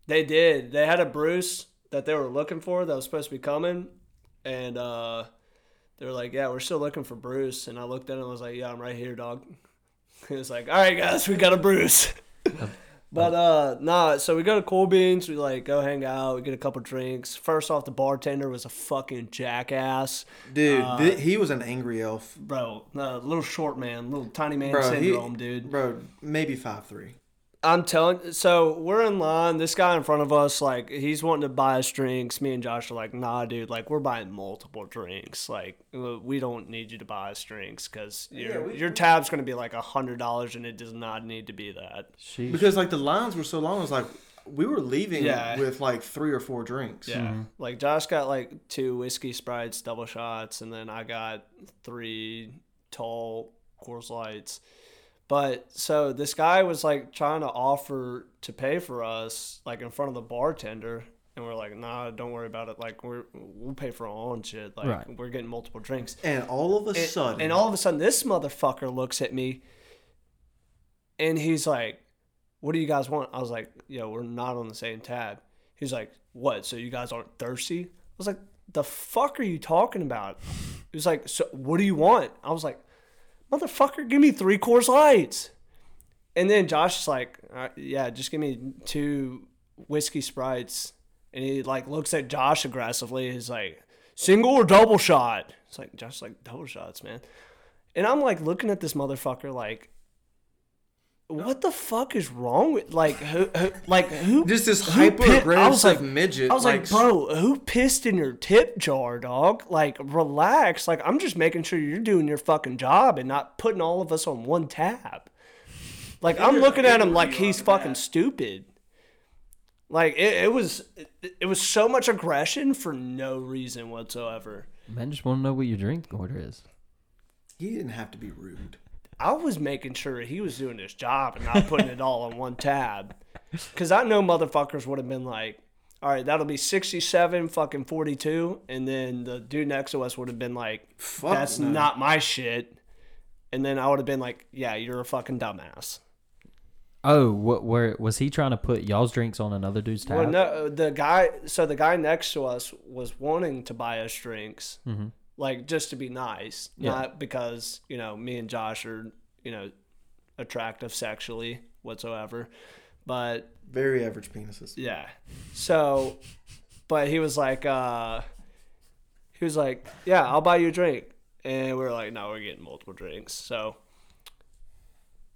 [SPEAKER 4] They did. They had a Bruce that they were looking for that was supposed to be coming, and uh, they were like, "Yeah, we're still looking for Bruce." And I looked at him and was like, "Yeah, I'm right here, dog." He was like, "All right, guys, we got a Bruce." But uh nah, so we go to Cool Beans, we like go hang out, we get a couple drinks. First off, the bartender was a fucking jackass.
[SPEAKER 3] Dude, thi- he was an angry elf.
[SPEAKER 4] Bro, uh, little short man, little tiny man
[SPEAKER 3] Bro, he-
[SPEAKER 4] syndrome, dude.
[SPEAKER 3] Bro, maybe five three.
[SPEAKER 4] I'm telling. So we're in line. This guy in front of us, like, he's wanting to buy us drinks. Me and Josh are like, nah, dude. Like, we're buying multiple drinks. Like, we don't need you to buy us drinks because your your tab's gonna be like a hundred dollars, and it does not need to be that.
[SPEAKER 1] Sheesh.
[SPEAKER 3] Because like the lines were so long, it was like we were leaving
[SPEAKER 4] Yeah.
[SPEAKER 3] with like three or four drinks.
[SPEAKER 4] Yeah. Like Josh got like two whiskey sprites, double shots, and then I got three tall Coors Lights. But so this guy was like trying to offer to pay for us like in front of the bartender, and we're like, nah, don't worry about it. Like we're we'll pay for our own shit. Like
[SPEAKER 1] Right.
[SPEAKER 4] we're getting multiple drinks.
[SPEAKER 3] And all of a
[SPEAKER 4] And-
[SPEAKER 3] sudden,
[SPEAKER 4] And all of a sudden, this motherfucker looks at me and he's like, What do you guys want? I was like, Yo, we're not on the same tab. He's like, What? So you guys aren't thirsty? I was like, The fuck are you talking about? He was like, So what do you want? I was like, Motherfucker, give me three Coors Lights. And then Josh is like, "Uh, Yeah, just give me two whiskey sprites. And he like looks at Josh aggressively. He's like, single or double shot? It's like Josh's like double shots, man. And I'm like looking at this motherfucker like, what the fuck is wrong with like who, who like who
[SPEAKER 3] just this
[SPEAKER 4] who pi-
[SPEAKER 3] hyper
[SPEAKER 4] I was
[SPEAKER 3] aggressive
[SPEAKER 4] like-
[SPEAKER 3] midget.
[SPEAKER 4] I was like, bro, who pissed in your tip jar, dog? Like, relax. Like, I'm just making sure you're doing your fucking job and not putting all of us on one tab. Like, I'm looking at him like he's fucking stupid. Like, it, it was, it, it was so much aggression for no reason whatsoever.
[SPEAKER 1] Man, just want to know what your drink order is.
[SPEAKER 3] he didn't have to be rude.
[SPEAKER 4] I was making sure he was doing his job and not putting it all on one tab. Because I know motherfuckers would have been like, all right, that'll be 67 fucking 42. And then the dude next to us would have been like,
[SPEAKER 3] Fuck
[SPEAKER 4] that's
[SPEAKER 3] no.
[SPEAKER 4] not my shit. And then I would have been like, yeah, you're a fucking dumbass.
[SPEAKER 1] Oh, what? Where was he trying to put y'all's drinks on another dude's tab?
[SPEAKER 4] Well, no, uh, the guy, so the guy next to us was wanting to buy us drinks, like just to be nice, not because, you know, me and Josh are, you know, attractive sexually whatsoever. But
[SPEAKER 3] Very average penises.
[SPEAKER 4] Yeah. So, but he was like, uh, he was like, yeah, I'll buy you a drink. And we were like, no, we're getting multiple drinks. So,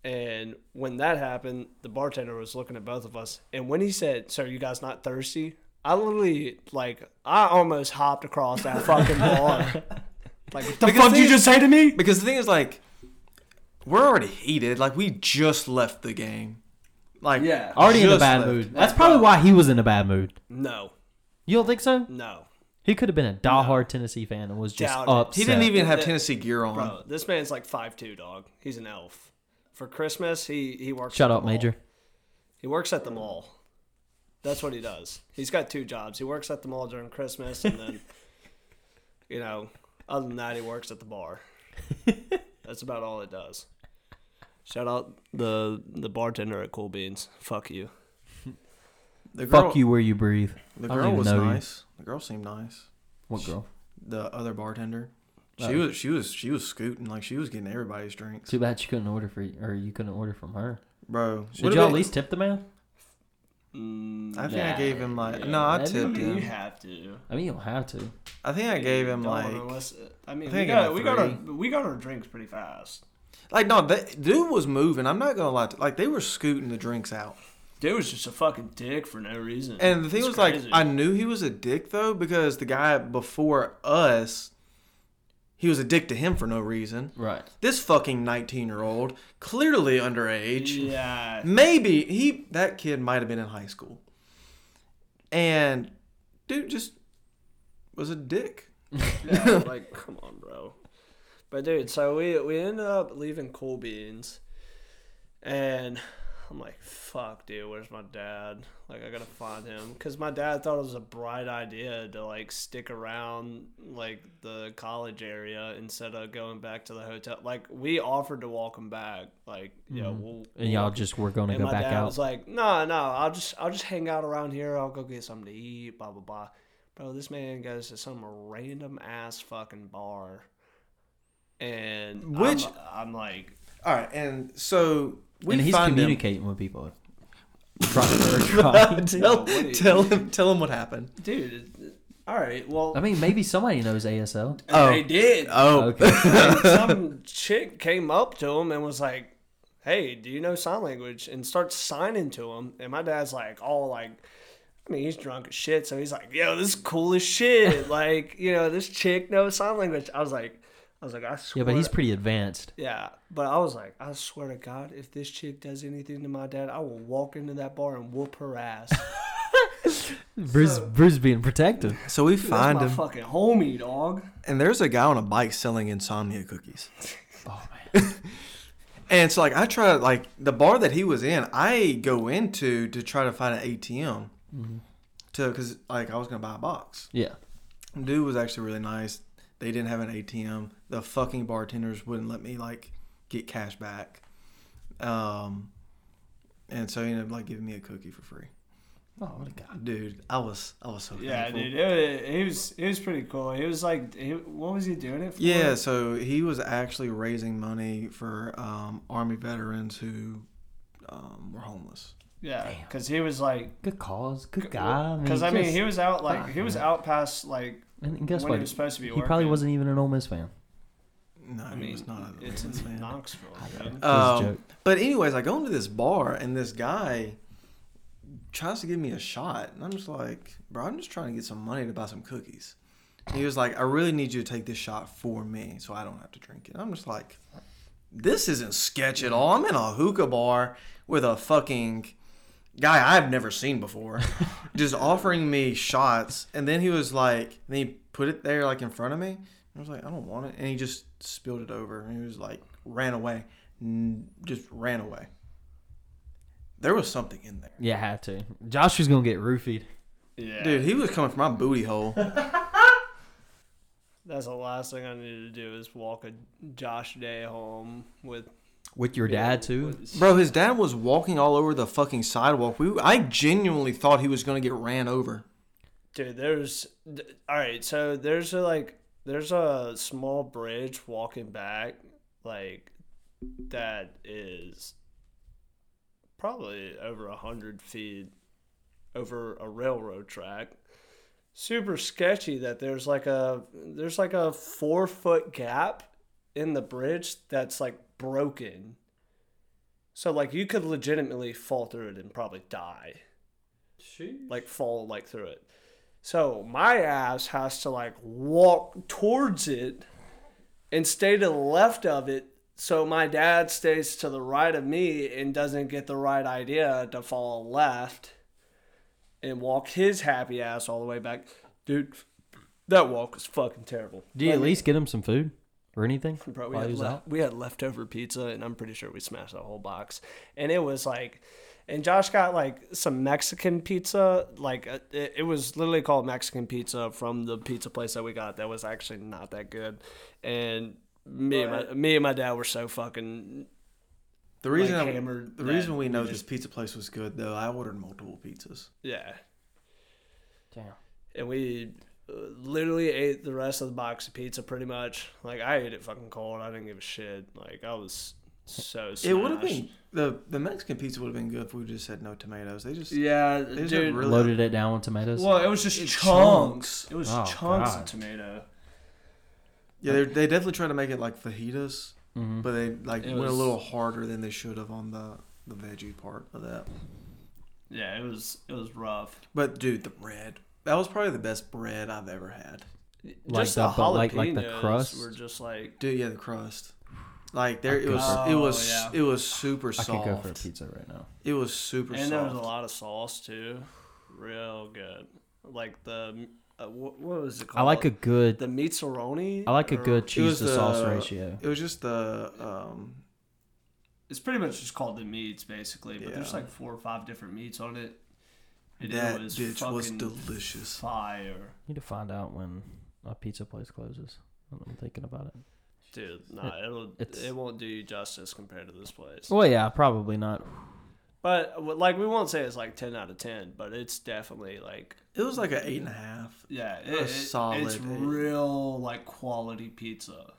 [SPEAKER 4] and when that happened, the bartender was looking at both of us. And when he said, so are you guys not thirsty? I literally, like, I almost hopped across that fucking bar. Like, what the
[SPEAKER 3] Because
[SPEAKER 4] fuck did you
[SPEAKER 3] they-
[SPEAKER 4] just say to me?
[SPEAKER 3] Because the thing is, like, we're already heated. Like, we just left the game. Like,
[SPEAKER 4] Yeah.
[SPEAKER 1] Already in a
[SPEAKER 3] just
[SPEAKER 1] bad
[SPEAKER 3] left.
[SPEAKER 1] mood. That's probably why he was in a bad mood.
[SPEAKER 4] No,
[SPEAKER 1] You don't think so?
[SPEAKER 4] no.
[SPEAKER 1] He could have been a diehard Tennessee fan and was just
[SPEAKER 4] Doubt it.
[SPEAKER 1] upset.
[SPEAKER 3] He didn't even have
[SPEAKER 4] The-
[SPEAKER 3] Tennessee gear on.
[SPEAKER 4] Bro, this man's like five two dog. He's an elf. For Christmas, he, he works.
[SPEAKER 1] Shut
[SPEAKER 4] at the
[SPEAKER 1] up,
[SPEAKER 4] mall.
[SPEAKER 1] Major.
[SPEAKER 4] He works at the mall. That's what he does. He's got two jobs. He works at the mall during Christmas, and then, you know, other than that, he works at the bar. That's about all it does. Shout out the the bartender at Cool Beans. Fuck you.
[SPEAKER 3] The Oh, girl,
[SPEAKER 1] Fuck you where you breathe.
[SPEAKER 3] The
[SPEAKER 1] I don't
[SPEAKER 3] girl
[SPEAKER 1] even
[SPEAKER 3] was
[SPEAKER 1] know you.
[SPEAKER 3] nice. The girl seemed nice.
[SPEAKER 1] What girl?
[SPEAKER 3] The other bartender. She
[SPEAKER 1] Oh.
[SPEAKER 3] was she was she was scooting like she was getting everybody's drinks,
[SPEAKER 1] Too bad you couldn't order for or you couldn't order from her.
[SPEAKER 3] bro.
[SPEAKER 1] Did
[SPEAKER 3] would've
[SPEAKER 1] y'all at
[SPEAKER 3] been-
[SPEAKER 1] least tip the man?
[SPEAKER 3] I think I gave him like no, I
[SPEAKER 1] Yeah,
[SPEAKER 3] tipped
[SPEAKER 1] maybe.
[SPEAKER 3] him.
[SPEAKER 4] have to.
[SPEAKER 1] I mean, you don't have to.
[SPEAKER 3] I think I gave him like
[SPEAKER 4] unless, I mean, we
[SPEAKER 3] I think
[SPEAKER 4] got,
[SPEAKER 3] I'm a
[SPEAKER 4] we got our
[SPEAKER 3] three.
[SPEAKER 4] we got our drinks pretty fast.
[SPEAKER 3] like no. That dude was moving. I'm not gonna lie. To, like they were scooting the drinks out.
[SPEAKER 4] Dude was just a fucking dick for no reason.
[SPEAKER 3] And the thing
[SPEAKER 4] It's
[SPEAKER 3] was
[SPEAKER 4] crazy.
[SPEAKER 3] like I knew he was a dick though because the guy before us, he was a dick to him for no reason.
[SPEAKER 1] Right.
[SPEAKER 3] This fucking 19 year old, clearly underage.
[SPEAKER 4] yeah,
[SPEAKER 3] maybe he that kid might have been in high school and dude just was a dick
[SPEAKER 4] Yeah, like, come on, bro. But dude, so we we ended up leaving Cool Beans, and I'm like, fuck, dude, where's my dad? Like, I gotta find him because my dad thought it was a bright idea to like stick around like the college area instead of going back to the hotel. Like, we offered to walk him back. Like, yeah, we'll
[SPEAKER 1] Mm-hmm. And y'all just were going to
[SPEAKER 4] and
[SPEAKER 1] go
[SPEAKER 4] my
[SPEAKER 1] back
[SPEAKER 4] dad
[SPEAKER 1] out.
[SPEAKER 4] was like, "No, no, I'll just I'll just hang out around here. I'll go get something to eat." Blah blah blah. Bro, this man goes to some random ass fucking bar, and I'm-
[SPEAKER 3] Which-
[SPEAKER 4] I'm, like,
[SPEAKER 3] all right and so we
[SPEAKER 1] and he's
[SPEAKER 3] find him
[SPEAKER 1] communicating with people.
[SPEAKER 3] tell, tell him, tell him what happened.
[SPEAKER 4] dude. it- All right, well,
[SPEAKER 1] I mean, maybe somebody knows ASL.
[SPEAKER 4] they did.
[SPEAKER 3] Oh,
[SPEAKER 1] Okay.
[SPEAKER 4] And some chick came up to him and was like, "Hey, do you know sign language?" and starts signing to him. And my dad's like, all like, I mean, he's drunk as shit, so he's like, "Yo, this is cool as shit." like, you know, this chick knows sign language. I was like, I was like, I swear.
[SPEAKER 1] Yeah, but he's pretty advanced.
[SPEAKER 4] Yeah, but I was like, I swear to God, if this chick does anything to my dad, I will walk into that bar and whoop her ass.
[SPEAKER 1] Bruce, Bruce being protective.
[SPEAKER 3] so we
[SPEAKER 4] That's
[SPEAKER 3] find
[SPEAKER 4] my
[SPEAKER 3] him,
[SPEAKER 4] fucking homie, dog.
[SPEAKER 3] and there's a guy on a bike selling insomnia cookies. Oh man. and it's like I try like the bar that he was in. I go into to try to find an ATM, to because like I was gonna buy a box.
[SPEAKER 1] Yeah.
[SPEAKER 3] Dude was actually really nice. They didn't have an ATM. The fucking bartenders wouldn't let me like get cash back. Um, and so he ended up like giving me a cookie for free.
[SPEAKER 1] Oh, what a guy.
[SPEAKER 3] Dude, I was I was so
[SPEAKER 4] Yeah,
[SPEAKER 3] thankful.
[SPEAKER 4] dude, it, it was it was pretty cool. He was like, he, what was he doing it for?
[SPEAKER 3] Yeah, so he was actually raising money for um, army veterans who um, were homeless.
[SPEAKER 4] yeah, because he was like,
[SPEAKER 1] Good cause. Good guy.
[SPEAKER 4] because I mean, he was out like
[SPEAKER 1] fuck,
[SPEAKER 4] he was out past like
[SPEAKER 1] And and guess
[SPEAKER 4] when
[SPEAKER 1] what?
[SPEAKER 4] he was supposed to be
[SPEAKER 1] He
[SPEAKER 4] working.
[SPEAKER 1] probably wasn't even an Ole Miss fan.
[SPEAKER 3] No,
[SPEAKER 4] I
[SPEAKER 3] he
[SPEAKER 4] mean,
[SPEAKER 3] was not. a
[SPEAKER 4] it's
[SPEAKER 3] homeless
[SPEAKER 4] in
[SPEAKER 3] man.
[SPEAKER 4] Knoxville. dude.
[SPEAKER 1] was a
[SPEAKER 3] Um,
[SPEAKER 1] joke.
[SPEAKER 3] but anyways, I go into this bar and this guy tries to give me a shot, and I'm just like, bro, I'm just trying to get some money to buy some cookies. And he was like, I really need you to take this shot for me, so I don't have to drink it. I'm just like, this isn't sketch at all. I'm in a hookah bar with a fucking guy I've never seen before, just offering me shots, and then he was like, then he put it there like in front of me. I was like, I don't want it, and he just spilled it over, and he was like, ran away, N- just ran away. There was something in there,
[SPEAKER 1] Yeah, had to. Josh was gonna get roofied.
[SPEAKER 4] Yeah,
[SPEAKER 3] dude. He was coming from my booty hole.
[SPEAKER 4] that's the last thing I needed to do is walk a Josh Day home with
[SPEAKER 1] With your dad too.
[SPEAKER 3] Bro, his dad was walking all over the fucking sidewalk. We, I genuinely thought he was gonna get ran over.
[SPEAKER 4] Dude, there's d- all right. So there's a like there's a small bridge walking back, like that is probably over a hundred feet over a railroad track. Super sketchy that there's like a there's like a four foot gap in the bridge that's like broken. So like you could legitimately fall through it and probably die like fall like through it. So my ass has to like walk towards it and stay to the left of it. So my dad stays to the right of me and doesn't get the right idea to fall left and walk his happy ass all the way back. Dude, that walk was fucking terrible.
[SPEAKER 1] Did you at least get him some food or anything
[SPEAKER 4] Bro, we
[SPEAKER 1] while
[SPEAKER 4] had,
[SPEAKER 1] he was
[SPEAKER 4] le-
[SPEAKER 1] out?
[SPEAKER 4] we had leftover pizza, and I'm pretty sure we smashed the whole box. And it was like, and Josh got like some Mexican pizza. Like uh, it, it was literally called Mexican pizza from the pizza place that we got. That was actually not that good. And me, and my, me and my dad were so fucking.
[SPEAKER 3] The reason I-
[SPEAKER 4] hammered
[SPEAKER 3] the
[SPEAKER 4] that
[SPEAKER 3] reason we know this pizza place was good though, I ordered multiple pizzas.
[SPEAKER 4] Yeah,
[SPEAKER 1] Damn.
[SPEAKER 4] and we uh, literally ate the rest of the box of pizza pretty much. Like I ate it fucking cold. I didn't give a shit. Like I was so. Smashed.
[SPEAKER 3] It would have been the the Mexican pizza would have been good if we just had no tomatoes. They just
[SPEAKER 4] Yeah,
[SPEAKER 3] they just
[SPEAKER 4] dude.
[SPEAKER 3] really
[SPEAKER 1] Loaded it down with tomatoes.
[SPEAKER 4] Well, it was just
[SPEAKER 3] It's
[SPEAKER 4] chunks.
[SPEAKER 3] chunks.
[SPEAKER 4] It was
[SPEAKER 1] Oh,
[SPEAKER 4] chunks
[SPEAKER 1] God.
[SPEAKER 4] of tomato.
[SPEAKER 3] yeah they they definitely tried to make it like fajitas,
[SPEAKER 1] Mhm.
[SPEAKER 3] but they like
[SPEAKER 4] Mm-hmm. It
[SPEAKER 3] went a
[SPEAKER 4] was-
[SPEAKER 3] little harder than they should have on the the veggie part of that.
[SPEAKER 4] Yeah, it was it was rough.
[SPEAKER 3] But dude, the bread that was probably the best bread I've ever had.
[SPEAKER 1] Like
[SPEAKER 4] just
[SPEAKER 1] the-
[SPEAKER 4] the
[SPEAKER 1] but
[SPEAKER 4] jalapenos
[SPEAKER 1] like- like the crust?
[SPEAKER 4] were just like
[SPEAKER 3] Dude, yeah, the crust. Like there, it was
[SPEAKER 4] God.
[SPEAKER 3] it was
[SPEAKER 4] Oh, yeah.
[SPEAKER 3] it was super
[SPEAKER 1] I could go for a
[SPEAKER 3] soft.
[SPEAKER 1] pizza right now.
[SPEAKER 3] It was super
[SPEAKER 4] and there was a
[SPEAKER 3] soft.
[SPEAKER 4] lot of sauce too. Real good. Like the uh, what, what was it called?
[SPEAKER 1] I like a good.
[SPEAKER 4] the mitzaroni.
[SPEAKER 1] I like a
[SPEAKER 4] or-
[SPEAKER 1] good
[SPEAKER 3] It was
[SPEAKER 1] cheese to sauce
[SPEAKER 3] the-
[SPEAKER 1] ratio.
[SPEAKER 3] It was just the um
[SPEAKER 4] It's pretty much just called the meats basically, but there's
[SPEAKER 3] Yeah.
[SPEAKER 4] like four or five different meats on it. And
[SPEAKER 3] that
[SPEAKER 4] it was
[SPEAKER 3] bitch was
[SPEAKER 4] fucking
[SPEAKER 3] delicious.
[SPEAKER 4] fire,
[SPEAKER 1] Need to find out when a pizza place closes. I'm thinking about it.
[SPEAKER 4] dude. Nah, it'll
[SPEAKER 1] It's-
[SPEAKER 4] it won't do you justice compared to this place.
[SPEAKER 1] Well, yeah, probably not.
[SPEAKER 4] But w- like we won't say it's like ten out of ten, but it's definitely like
[SPEAKER 3] It was like an eight and a half.
[SPEAKER 4] yeah, it,
[SPEAKER 3] A
[SPEAKER 4] it-
[SPEAKER 3] solid
[SPEAKER 4] It's
[SPEAKER 3] eight.
[SPEAKER 4] real like quality pizza.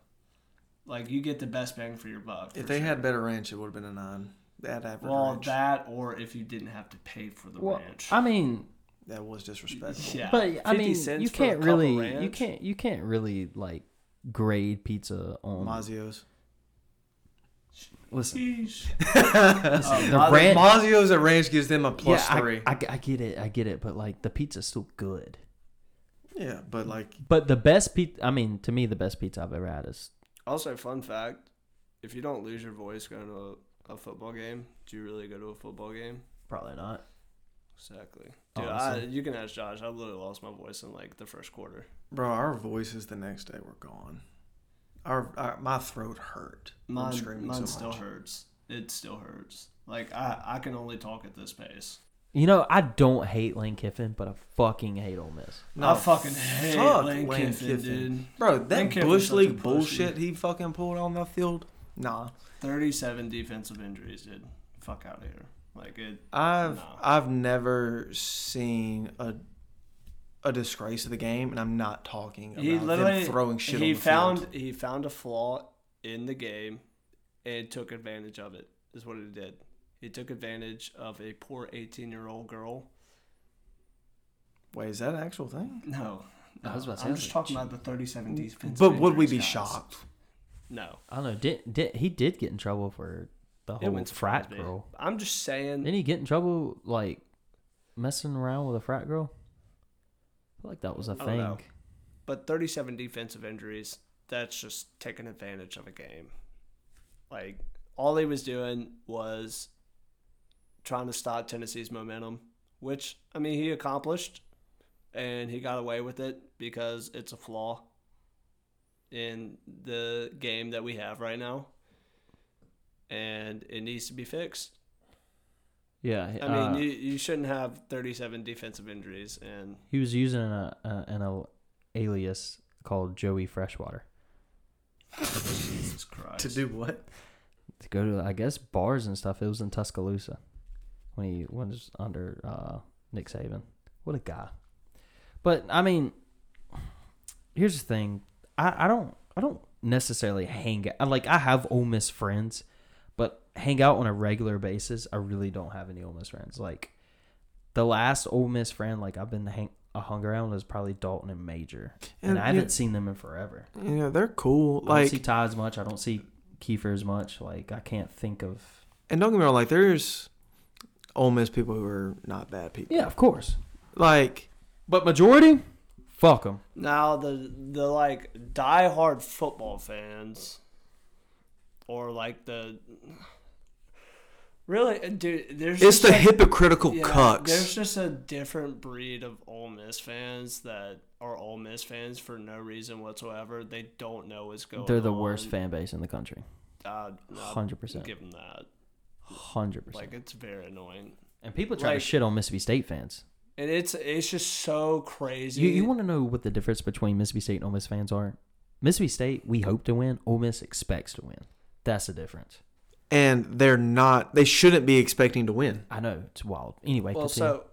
[SPEAKER 4] Like you get the best bang for your buck.
[SPEAKER 3] If
[SPEAKER 4] for
[SPEAKER 3] they
[SPEAKER 4] sure.
[SPEAKER 3] had better ranch, it would have been a nine. That average.
[SPEAKER 4] Well,
[SPEAKER 3] ranch.
[SPEAKER 4] that or if you didn't have to pay for the
[SPEAKER 1] Well,
[SPEAKER 4] ranch.
[SPEAKER 1] I mean,
[SPEAKER 3] that was disrespectful.
[SPEAKER 4] yeah.
[SPEAKER 1] but I
[SPEAKER 3] 50
[SPEAKER 1] mean,
[SPEAKER 3] cents
[SPEAKER 1] you
[SPEAKER 3] for a
[SPEAKER 1] can't
[SPEAKER 3] cup of
[SPEAKER 1] really, you
[SPEAKER 3] ranch?
[SPEAKER 1] can't, you can't really like grade pizza on.
[SPEAKER 3] Mazio's.
[SPEAKER 1] Listen,
[SPEAKER 4] Sheesh. Um,
[SPEAKER 1] the ranch.
[SPEAKER 3] Mazio's at ranch gives them a plus
[SPEAKER 1] yeah, I-
[SPEAKER 3] three.
[SPEAKER 1] I, I get it, I get it, but like the pizza's still good.
[SPEAKER 3] yeah, but like
[SPEAKER 1] But the best pizza, I mean, to me, the best pizza I've ever had is
[SPEAKER 4] Also, fun fact: if you don't lose your voice going to a, a football game, do you really go to a football game?
[SPEAKER 1] probably not.
[SPEAKER 4] Exactly. Dude, I,
[SPEAKER 1] Honestly.
[SPEAKER 4] you can ask Josh. I literally lost my voice in like the first quarter.
[SPEAKER 3] Bro, our voices the next day were gone. Our, our my throat hurt. from
[SPEAKER 4] Mine,
[SPEAKER 3] screaming
[SPEAKER 4] mine
[SPEAKER 3] so
[SPEAKER 4] still
[SPEAKER 3] much.
[SPEAKER 4] hurts. It still hurts. Like I, I can only talk at this pace.
[SPEAKER 1] You know, I don't hate Lane Kiffin, but I fucking hate Ole Miss.
[SPEAKER 4] I fucking hate
[SPEAKER 3] fuck
[SPEAKER 4] Lane Kiffin, dude.
[SPEAKER 3] Bro, that
[SPEAKER 4] Lane Kiffin's
[SPEAKER 3] bush
[SPEAKER 4] such a
[SPEAKER 3] league
[SPEAKER 4] pussy.
[SPEAKER 3] bullshit he fucking pulled on the field. Nah,
[SPEAKER 4] Thirty-seven defensive injuries, dude. Fuck out of here. Like it.
[SPEAKER 3] I've
[SPEAKER 4] No.
[SPEAKER 3] I've never seen a a disgrace of the game, and I'm not talking
[SPEAKER 4] He
[SPEAKER 3] about
[SPEAKER 4] literally
[SPEAKER 3] them throwing shit.
[SPEAKER 4] He
[SPEAKER 3] on the
[SPEAKER 4] found
[SPEAKER 3] Field.
[SPEAKER 4] he found a flaw in the game and took advantage of it. Is what he did. He took advantage of a poor eighteen-year-old girl.
[SPEAKER 3] Wait, is that an actual thing?
[SPEAKER 4] No,
[SPEAKER 1] I was about to say, I
[SPEAKER 4] I'm
[SPEAKER 1] was
[SPEAKER 4] just
[SPEAKER 1] like,
[SPEAKER 4] talking about the thirty-seven defensive.
[SPEAKER 3] But would we be
[SPEAKER 4] injuries, guys.
[SPEAKER 3] shocked?
[SPEAKER 4] No.
[SPEAKER 1] I don't know. Did, did he did get in trouble for the
[SPEAKER 4] It
[SPEAKER 1] whole
[SPEAKER 4] wouldn't
[SPEAKER 1] frat
[SPEAKER 4] surprise me.
[SPEAKER 1] girl?
[SPEAKER 4] I'm just saying.
[SPEAKER 1] Didn't he get in trouble like messing around with a frat girl? I feel like that was a
[SPEAKER 4] don't
[SPEAKER 1] thing.
[SPEAKER 4] know. But 37 defensive injuries, that's just taking advantage of a game. Like, all he was doing was trying to stop Tennessee's momentum, which, I mean, he accomplished and he got away with it because it's a flaw in the game that we have right now. And it needs to be fixed.
[SPEAKER 1] Yeah, uh,
[SPEAKER 4] I mean, you, you shouldn't have 37 defensive injuries and
[SPEAKER 1] he was using a, a an al- alias called Joey Freshwater
[SPEAKER 4] Jesus Christ.
[SPEAKER 3] To do what?
[SPEAKER 1] to go to I guess bars and stuff. It was in Tuscaloosa when he was under uh, Nick Saban. What a guy! But I mean, here's the thing: I, I don't I don't necessarily hang out. Like I have Ole Miss friends, but hang out on a regular basis. I really don't have any Ole Miss friends. Like the last Ole Miss friend, like I've been hang. I hung around was probably Dalton and Major, and,
[SPEAKER 3] And
[SPEAKER 1] I
[SPEAKER 3] you-
[SPEAKER 1] haven't seen them in forever.
[SPEAKER 3] Yeah, they're cool.
[SPEAKER 1] I
[SPEAKER 3] Like
[SPEAKER 1] don't see Ty as much. I don't see Kiefer as much. Like I can't think of.
[SPEAKER 3] And don't get me wrong, like there's Ole Miss people who are not bad people.
[SPEAKER 1] Yeah, of course.
[SPEAKER 3] Like
[SPEAKER 1] But majority, fuck them.
[SPEAKER 4] Now the the like diehard football fans, or like the really uh, dude, there's
[SPEAKER 3] it's
[SPEAKER 4] just
[SPEAKER 3] the
[SPEAKER 4] a-
[SPEAKER 3] hypocritical
[SPEAKER 4] yeah, There's
[SPEAKER 3] cucks.
[SPEAKER 4] just a different breed of Ole Miss fans that are Ole Miss fans for no reason whatsoever. They don't know what's going.
[SPEAKER 1] They're the worst
[SPEAKER 4] on.
[SPEAKER 1] fan base in the country.
[SPEAKER 4] Uh, no,
[SPEAKER 1] 100%.
[SPEAKER 4] Give them that.
[SPEAKER 1] Hundred percent.
[SPEAKER 4] Like it's very annoying,
[SPEAKER 1] And people try to
[SPEAKER 4] like-
[SPEAKER 1] shit on Mississippi State fans.
[SPEAKER 4] and it's it's just so crazy.
[SPEAKER 1] You, you want to know what the difference between Mississippi State and Ole Miss fans are? Mississippi State, we hope to win. Ole Miss expects to win. That's the difference.
[SPEAKER 3] and they're not they shouldn't be expecting to win.
[SPEAKER 1] I know it's wild. Anyway,
[SPEAKER 4] Well,
[SPEAKER 1] continue.
[SPEAKER 4] so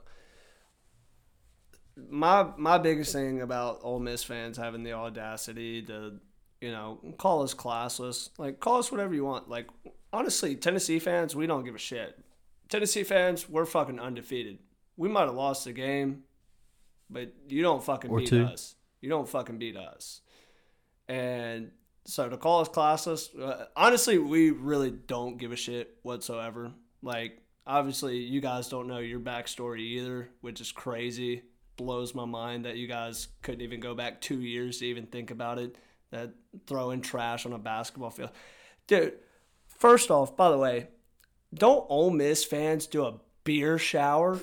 [SPEAKER 4] my my biggest thing about Ole Miss fans having the audacity to, you know, call us classless, like call us whatever you want. Like honestly, Tennessee fans, we don't give a shit. Tennessee fans, we're fucking undefeated. We might have lost the game, but you don't fucking
[SPEAKER 1] Or
[SPEAKER 4] beat
[SPEAKER 1] two.
[SPEAKER 4] us. You don't fucking beat us. And so to call us classless, uh, honestly, we really don't give a shit whatsoever. Like, obviously, you guys don't know your backstory either, which is crazy. Blows my mind that you guys couldn't even go back two years to even think about it. That throwing trash on a basketball field. Dude, first off, by the way, don't Ole Miss fans do a beer shower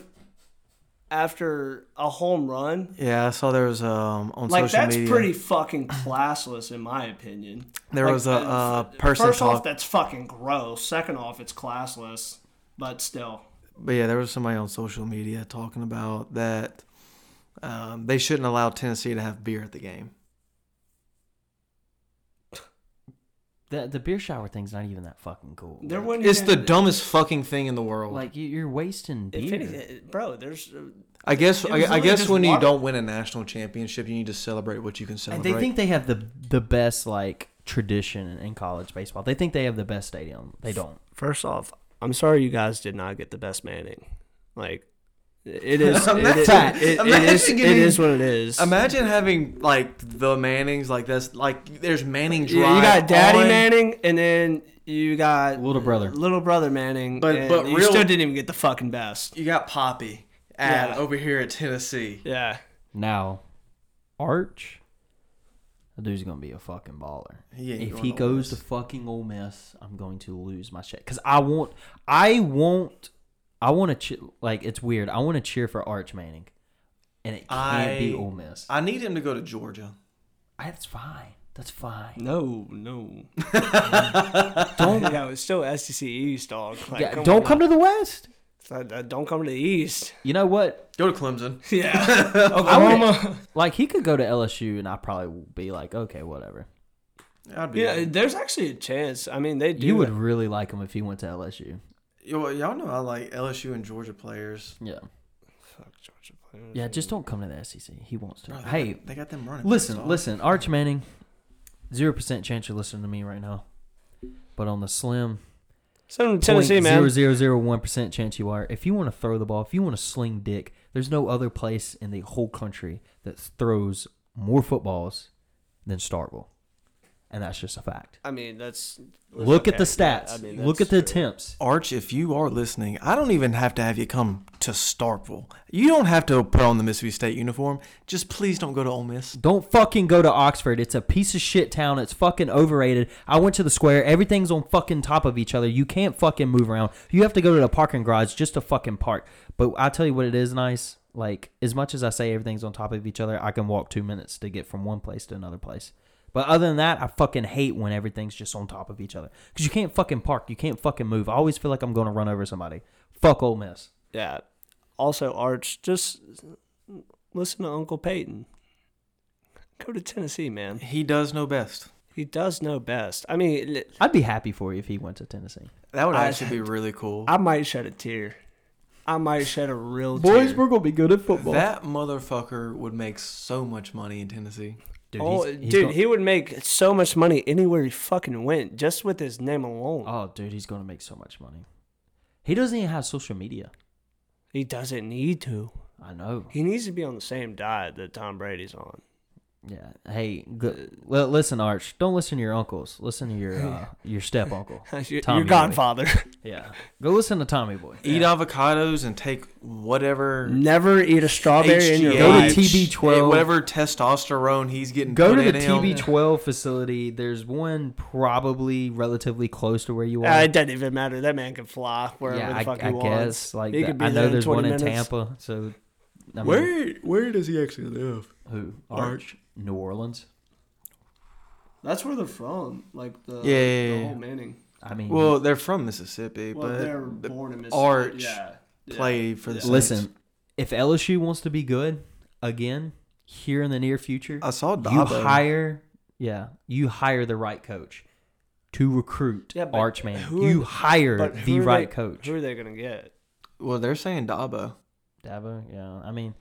[SPEAKER 4] after a home run?
[SPEAKER 3] Yeah, I saw there was um on
[SPEAKER 4] Like
[SPEAKER 3] social
[SPEAKER 4] that's
[SPEAKER 3] media
[SPEAKER 4] pretty fucking classless in my opinion.
[SPEAKER 3] there
[SPEAKER 4] like,
[SPEAKER 3] was a,
[SPEAKER 4] uh,
[SPEAKER 3] uh person
[SPEAKER 4] First
[SPEAKER 3] talk,
[SPEAKER 4] off, that's fucking gross. Second off, it's classless. But still,
[SPEAKER 3] but yeah, there was somebody on social media talking about that um, they shouldn't allow Tennessee to have beer at the game.
[SPEAKER 1] the the beer shower thing's not even that fucking cool.
[SPEAKER 4] there
[SPEAKER 1] Like,
[SPEAKER 4] wouldn't.
[SPEAKER 3] It's the
[SPEAKER 4] even-
[SPEAKER 3] dumbest fucking thing in the world.
[SPEAKER 1] like you- you're wasting
[SPEAKER 4] If
[SPEAKER 1] beer.
[SPEAKER 4] anything, bro, there's. uh,
[SPEAKER 3] I guess
[SPEAKER 4] it was
[SPEAKER 3] I, I
[SPEAKER 4] literally
[SPEAKER 3] guess
[SPEAKER 4] just
[SPEAKER 3] when you
[SPEAKER 4] water.
[SPEAKER 3] don't win a national championship, you need to celebrate what you can
[SPEAKER 1] And
[SPEAKER 3] celebrate.
[SPEAKER 1] they think they have the the best like tradition in college baseball. They think they have the best stadium. They don't.
[SPEAKER 4] First off, I'm sorry you guys did not get the best Manning. Like it is it, it,
[SPEAKER 3] Imagine-
[SPEAKER 4] it- it is
[SPEAKER 3] imagine
[SPEAKER 4] it
[SPEAKER 3] getting-
[SPEAKER 4] is what it is.
[SPEAKER 3] Imagine having like the Mannings, like that's like there's Manning Drive.
[SPEAKER 4] Yeah, you got Daddy
[SPEAKER 3] on-
[SPEAKER 4] Manning, and then you got
[SPEAKER 1] Little brother.
[SPEAKER 4] little brother Manning.
[SPEAKER 3] But-
[SPEAKER 4] and
[SPEAKER 3] but
[SPEAKER 4] you
[SPEAKER 3] real-
[SPEAKER 4] still didn't even get the fucking best.
[SPEAKER 3] You got Poppy at
[SPEAKER 4] Yeah.
[SPEAKER 3] over here at Tennessee.
[SPEAKER 4] Yeah,
[SPEAKER 1] Now, Arch, that dude's gonna be a fucking baller.
[SPEAKER 3] He ain't
[SPEAKER 1] if
[SPEAKER 3] going
[SPEAKER 1] he
[SPEAKER 3] to
[SPEAKER 1] goes to fucking Ole Miss, I'm going to lose my shit. Cause I want, I want, I want to che- like it's weird. I want to cheer for Arch Manning, and it can't be
[SPEAKER 3] I-
[SPEAKER 1] Ole Miss.
[SPEAKER 3] I need him to go to Georgia.
[SPEAKER 1] I- that's fine. That's fine.
[SPEAKER 4] no, no.
[SPEAKER 1] Don't
[SPEAKER 4] yeah, it's still SEC East, dog. Like,
[SPEAKER 1] yeah, don't come to the West.
[SPEAKER 4] come. on. Uh, Don't come to the East.
[SPEAKER 1] You know what?
[SPEAKER 3] Go to Clemson.
[SPEAKER 4] Yeah,
[SPEAKER 5] Oklahoma.
[SPEAKER 1] Like he could go to LSU, and I probably will be like, okay, whatever.
[SPEAKER 3] I'd be.
[SPEAKER 4] yeah. There's actually a chance. I mean, they do.
[SPEAKER 1] You would really like him if he went to LSU.
[SPEAKER 3] Yo, y'all know I like LSU and Georgia players.
[SPEAKER 1] Yeah,
[SPEAKER 4] Fuck Georgia players.
[SPEAKER 1] yeah. Just don't come to the SEC. He wants to.
[SPEAKER 3] Bro, they
[SPEAKER 1] hey,
[SPEAKER 3] got- they got them running.
[SPEAKER 1] Listen,
[SPEAKER 3] backs, dog.
[SPEAKER 1] listen, Arch Manning, zero percent chance you're listening to me right now. But on the slim,
[SPEAKER 4] Send them to Tennessee, man.
[SPEAKER 1] zero zero zero one percent chance you are. If you want to throw the ball, if you want to sling dick, there's no other place in the whole country that throws more footballs than Starkville, and that's just a fact.
[SPEAKER 4] I mean, that's
[SPEAKER 1] Look at the
[SPEAKER 4] okay, yeah,
[SPEAKER 1] stats.
[SPEAKER 4] I mean,
[SPEAKER 1] Look at
[SPEAKER 4] that's
[SPEAKER 1] the
[SPEAKER 4] true.
[SPEAKER 1] attempts.
[SPEAKER 3] Arch, if you are listening, I don't even have to have you come to Starkville. You don't have to put on the Mississippi State uniform. Just please don't go to Ole Miss.
[SPEAKER 1] Don't fucking go to Oxford. It's a piece of shit town. It's fucking overrated. I went to the square. Everything's on fucking top of each other. You can't fucking move around. You have to go to the parking garage just to fucking park. But I tell you what, it is nice. Like as much as I say everything's on top of each other, I can walk two minutes to get from one place to another place. But other than that, I fucking hate when everything's just on top of each other because you can't fucking park. You can't fucking move. I always feel like I'm going to run over somebody. Fuck Ole Miss.
[SPEAKER 4] Yeah. Also, Arch, just listen to Uncle Peyton. Go to Tennessee, man.
[SPEAKER 3] He does know best.
[SPEAKER 4] He does know best. I mean, li-
[SPEAKER 1] I'd be happy for you if he went to Tennessee.
[SPEAKER 3] That would
[SPEAKER 4] I-
[SPEAKER 3] actually be really cool.
[SPEAKER 4] I might shed a tear. I might shed a real tear.
[SPEAKER 1] gonna be good at football.
[SPEAKER 3] that motherfucker would make so much money in Tennessee.
[SPEAKER 1] dude,
[SPEAKER 4] oh,
[SPEAKER 1] he's- he's
[SPEAKER 4] dude,
[SPEAKER 1] gonna-
[SPEAKER 4] he would make so much money anywhere he fucking went just with his name alone.
[SPEAKER 1] Oh, dude, he's gonna make so much money. He doesn't even have social media.
[SPEAKER 4] He doesn't need to.
[SPEAKER 1] I know.
[SPEAKER 4] He needs to be on the same diet that Tom Brady's on.
[SPEAKER 1] Yeah. Hey, g- well, listen, Arch. Don't listen to your uncles. Listen to your uh, your step uncle,
[SPEAKER 4] your,
[SPEAKER 1] Tommy
[SPEAKER 4] your godfather.
[SPEAKER 1] Boy. Yeah. Go listen to Tommy Boy.
[SPEAKER 3] Eat avocados and take whatever
[SPEAKER 4] Never eat a strawberry in your
[SPEAKER 3] HGH,
[SPEAKER 1] Go to
[SPEAKER 4] life.
[SPEAKER 1] TB12.
[SPEAKER 3] whatever testosterone he's getting.
[SPEAKER 1] Go
[SPEAKER 3] put
[SPEAKER 1] to the
[SPEAKER 3] in him.
[SPEAKER 1] TB12 facility. There's one probably relatively close to where you are.
[SPEAKER 4] Uh, it doesn't even matter. That man can fly wherever
[SPEAKER 1] yeah,
[SPEAKER 4] the
[SPEAKER 1] I,
[SPEAKER 4] fuck
[SPEAKER 1] I
[SPEAKER 4] he wants.
[SPEAKER 1] guess. Like,
[SPEAKER 4] He
[SPEAKER 1] th-
[SPEAKER 4] could be
[SPEAKER 1] I know
[SPEAKER 4] there in
[SPEAKER 1] there's
[SPEAKER 4] 20
[SPEAKER 1] one
[SPEAKER 4] minutes.
[SPEAKER 1] in Tampa. So, I mean,
[SPEAKER 3] Where where does he actually live?
[SPEAKER 1] Who? Arch? New Orleans.
[SPEAKER 4] That's where they're from. Like the
[SPEAKER 3] Yeah,
[SPEAKER 1] Oh,
[SPEAKER 3] yeah, the yeah. whole
[SPEAKER 4] Manning.
[SPEAKER 1] I mean,
[SPEAKER 3] Well, they're from Mississippi, but the Arch played for the Saints.
[SPEAKER 1] listen. If LSU wants to be good again here in the near future,
[SPEAKER 4] Oh,
[SPEAKER 3] I saw
[SPEAKER 1] you
[SPEAKER 3] Dabo.
[SPEAKER 1] hire yeah you hire the right coach to recruit
[SPEAKER 4] Yeah, but
[SPEAKER 1] arch manning
[SPEAKER 4] who are-
[SPEAKER 1] you hire
[SPEAKER 4] But
[SPEAKER 1] the
[SPEAKER 4] who are
[SPEAKER 1] right
[SPEAKER 4] they-
[SPEAKER 1] coach
[SPEAKER 4] Who are they gonna get?
[SPEAKER 3] Well, they're saying Dabo.
[SPEAKER 1] dabo yeah i mean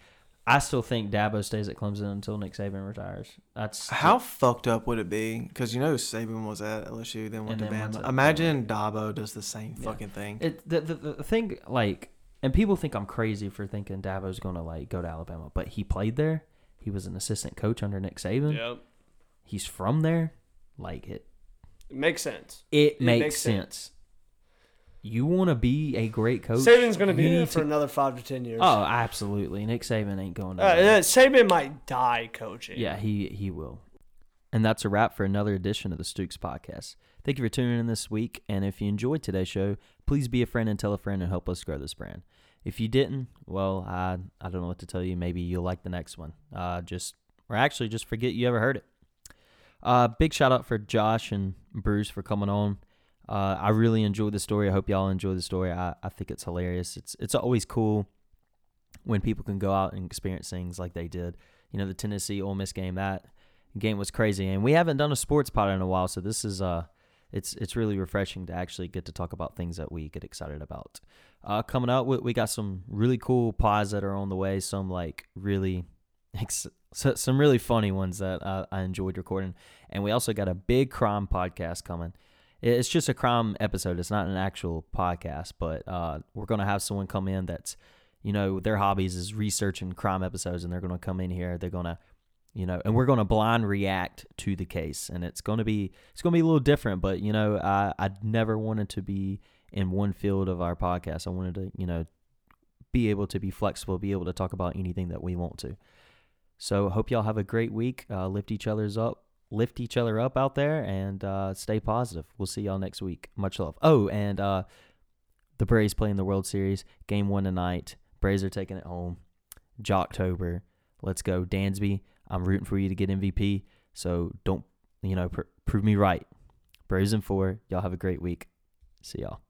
[SPEAKER 1] i still think dabo stays at clemson until nick saban retires that's
[SPEAKER 3] How fucked up would it be? Because you know Saban was at LSU, then went
[SPEAKER 1] And
[SPEAKER 3] to
[SPEAKER 1] then went
[SPEAKER 3] Bama.
[SPEAKER 1] to-
[SPEAKER 3] Imagine Dabo does the same fucking thing.
[SPEAKER 1] it, the, the, the thing like and people think i'm crazy for thinking dabo's gonna like go to alabama but he played there he was an assistant coach under nick saban
[SPEAKER 4] Yep,
[SPEAKER 1] he's from there like it
[SPEAKER 4] it makes sense.
[SPEAKER 1] it, makes,
[SPEAKER 4] makes
[SPEAKER 1] sense, you want to be a great coach
[SPEAKER 4] Saban's gonna be
[SPEAKER 1] you
[SPEAKER 4] there
[SPEAKER 1] need
[SPEAKER 4] for another five to ten years.
[SPEAKER 1] Oh, absolutely. Nick Saban ain't going
[SPEAKER 4] Uh,
[SPEAKER 1] nowhere.
[SPEAKER 4] uh, Saban might die coaching.
[SPEAKER 1] yeah, he he will. And that's a wrap for another edition of the Stooks podcast. Thank you for tuning in this week. And if you enjoyed today's show, please be a friend and tell a friend and help us grow this brand. If you didn't, well, I I don't know what to tell you. Maybe you'll like the next one. Uh, just or actually just forget you ever heard it. Uh, big shout out for Josh and Bruce for coming on. Uh, I really enjoyed the story. I hope y'all enjoy the story. I, I think it's hilarious. It's it's always cool when people can go out and experience things like they did. You know, the Tennessee Ole Miss game that game was crazy, and we haven't done a sports pod in a while, so this is uh, it's it's really refreshing to actually get to talk about things that we get excited about. Uh, coming up, we, we got some really cool pods that are on the way. Some like really, ex- so- some really funny ones that uh, I enjoyed recording, and we also got a big crime podcast coming. It- It's just a crime episode. It's not an actual podcast, but uh, we're gonna have someone come in that's, you know, their hobbies is researching crime episodes, and they're gonna come in here. They're gonna, you know, and we're gonna blind react to the case, and it's gonna be it's gonna be a little different. But you know, I I never wanted to be in one field of our podcast. I wanted to, you know, be able to be flexible, be able to talk about anything that we want to. So hope y'all have a great week. Uh, lift each other's up, lift each other up out there, and uh, stay positive. We'll see y'all next week. Much love. Oh, and uh, the Braves playing the World Series game one tonight. Braves are taking it home. Jocktober, let's go, Dansby. I'm rooting for you to get MVP. So don't you know pr- prove me right. Braves in four. Y'all have a great week. See y'all.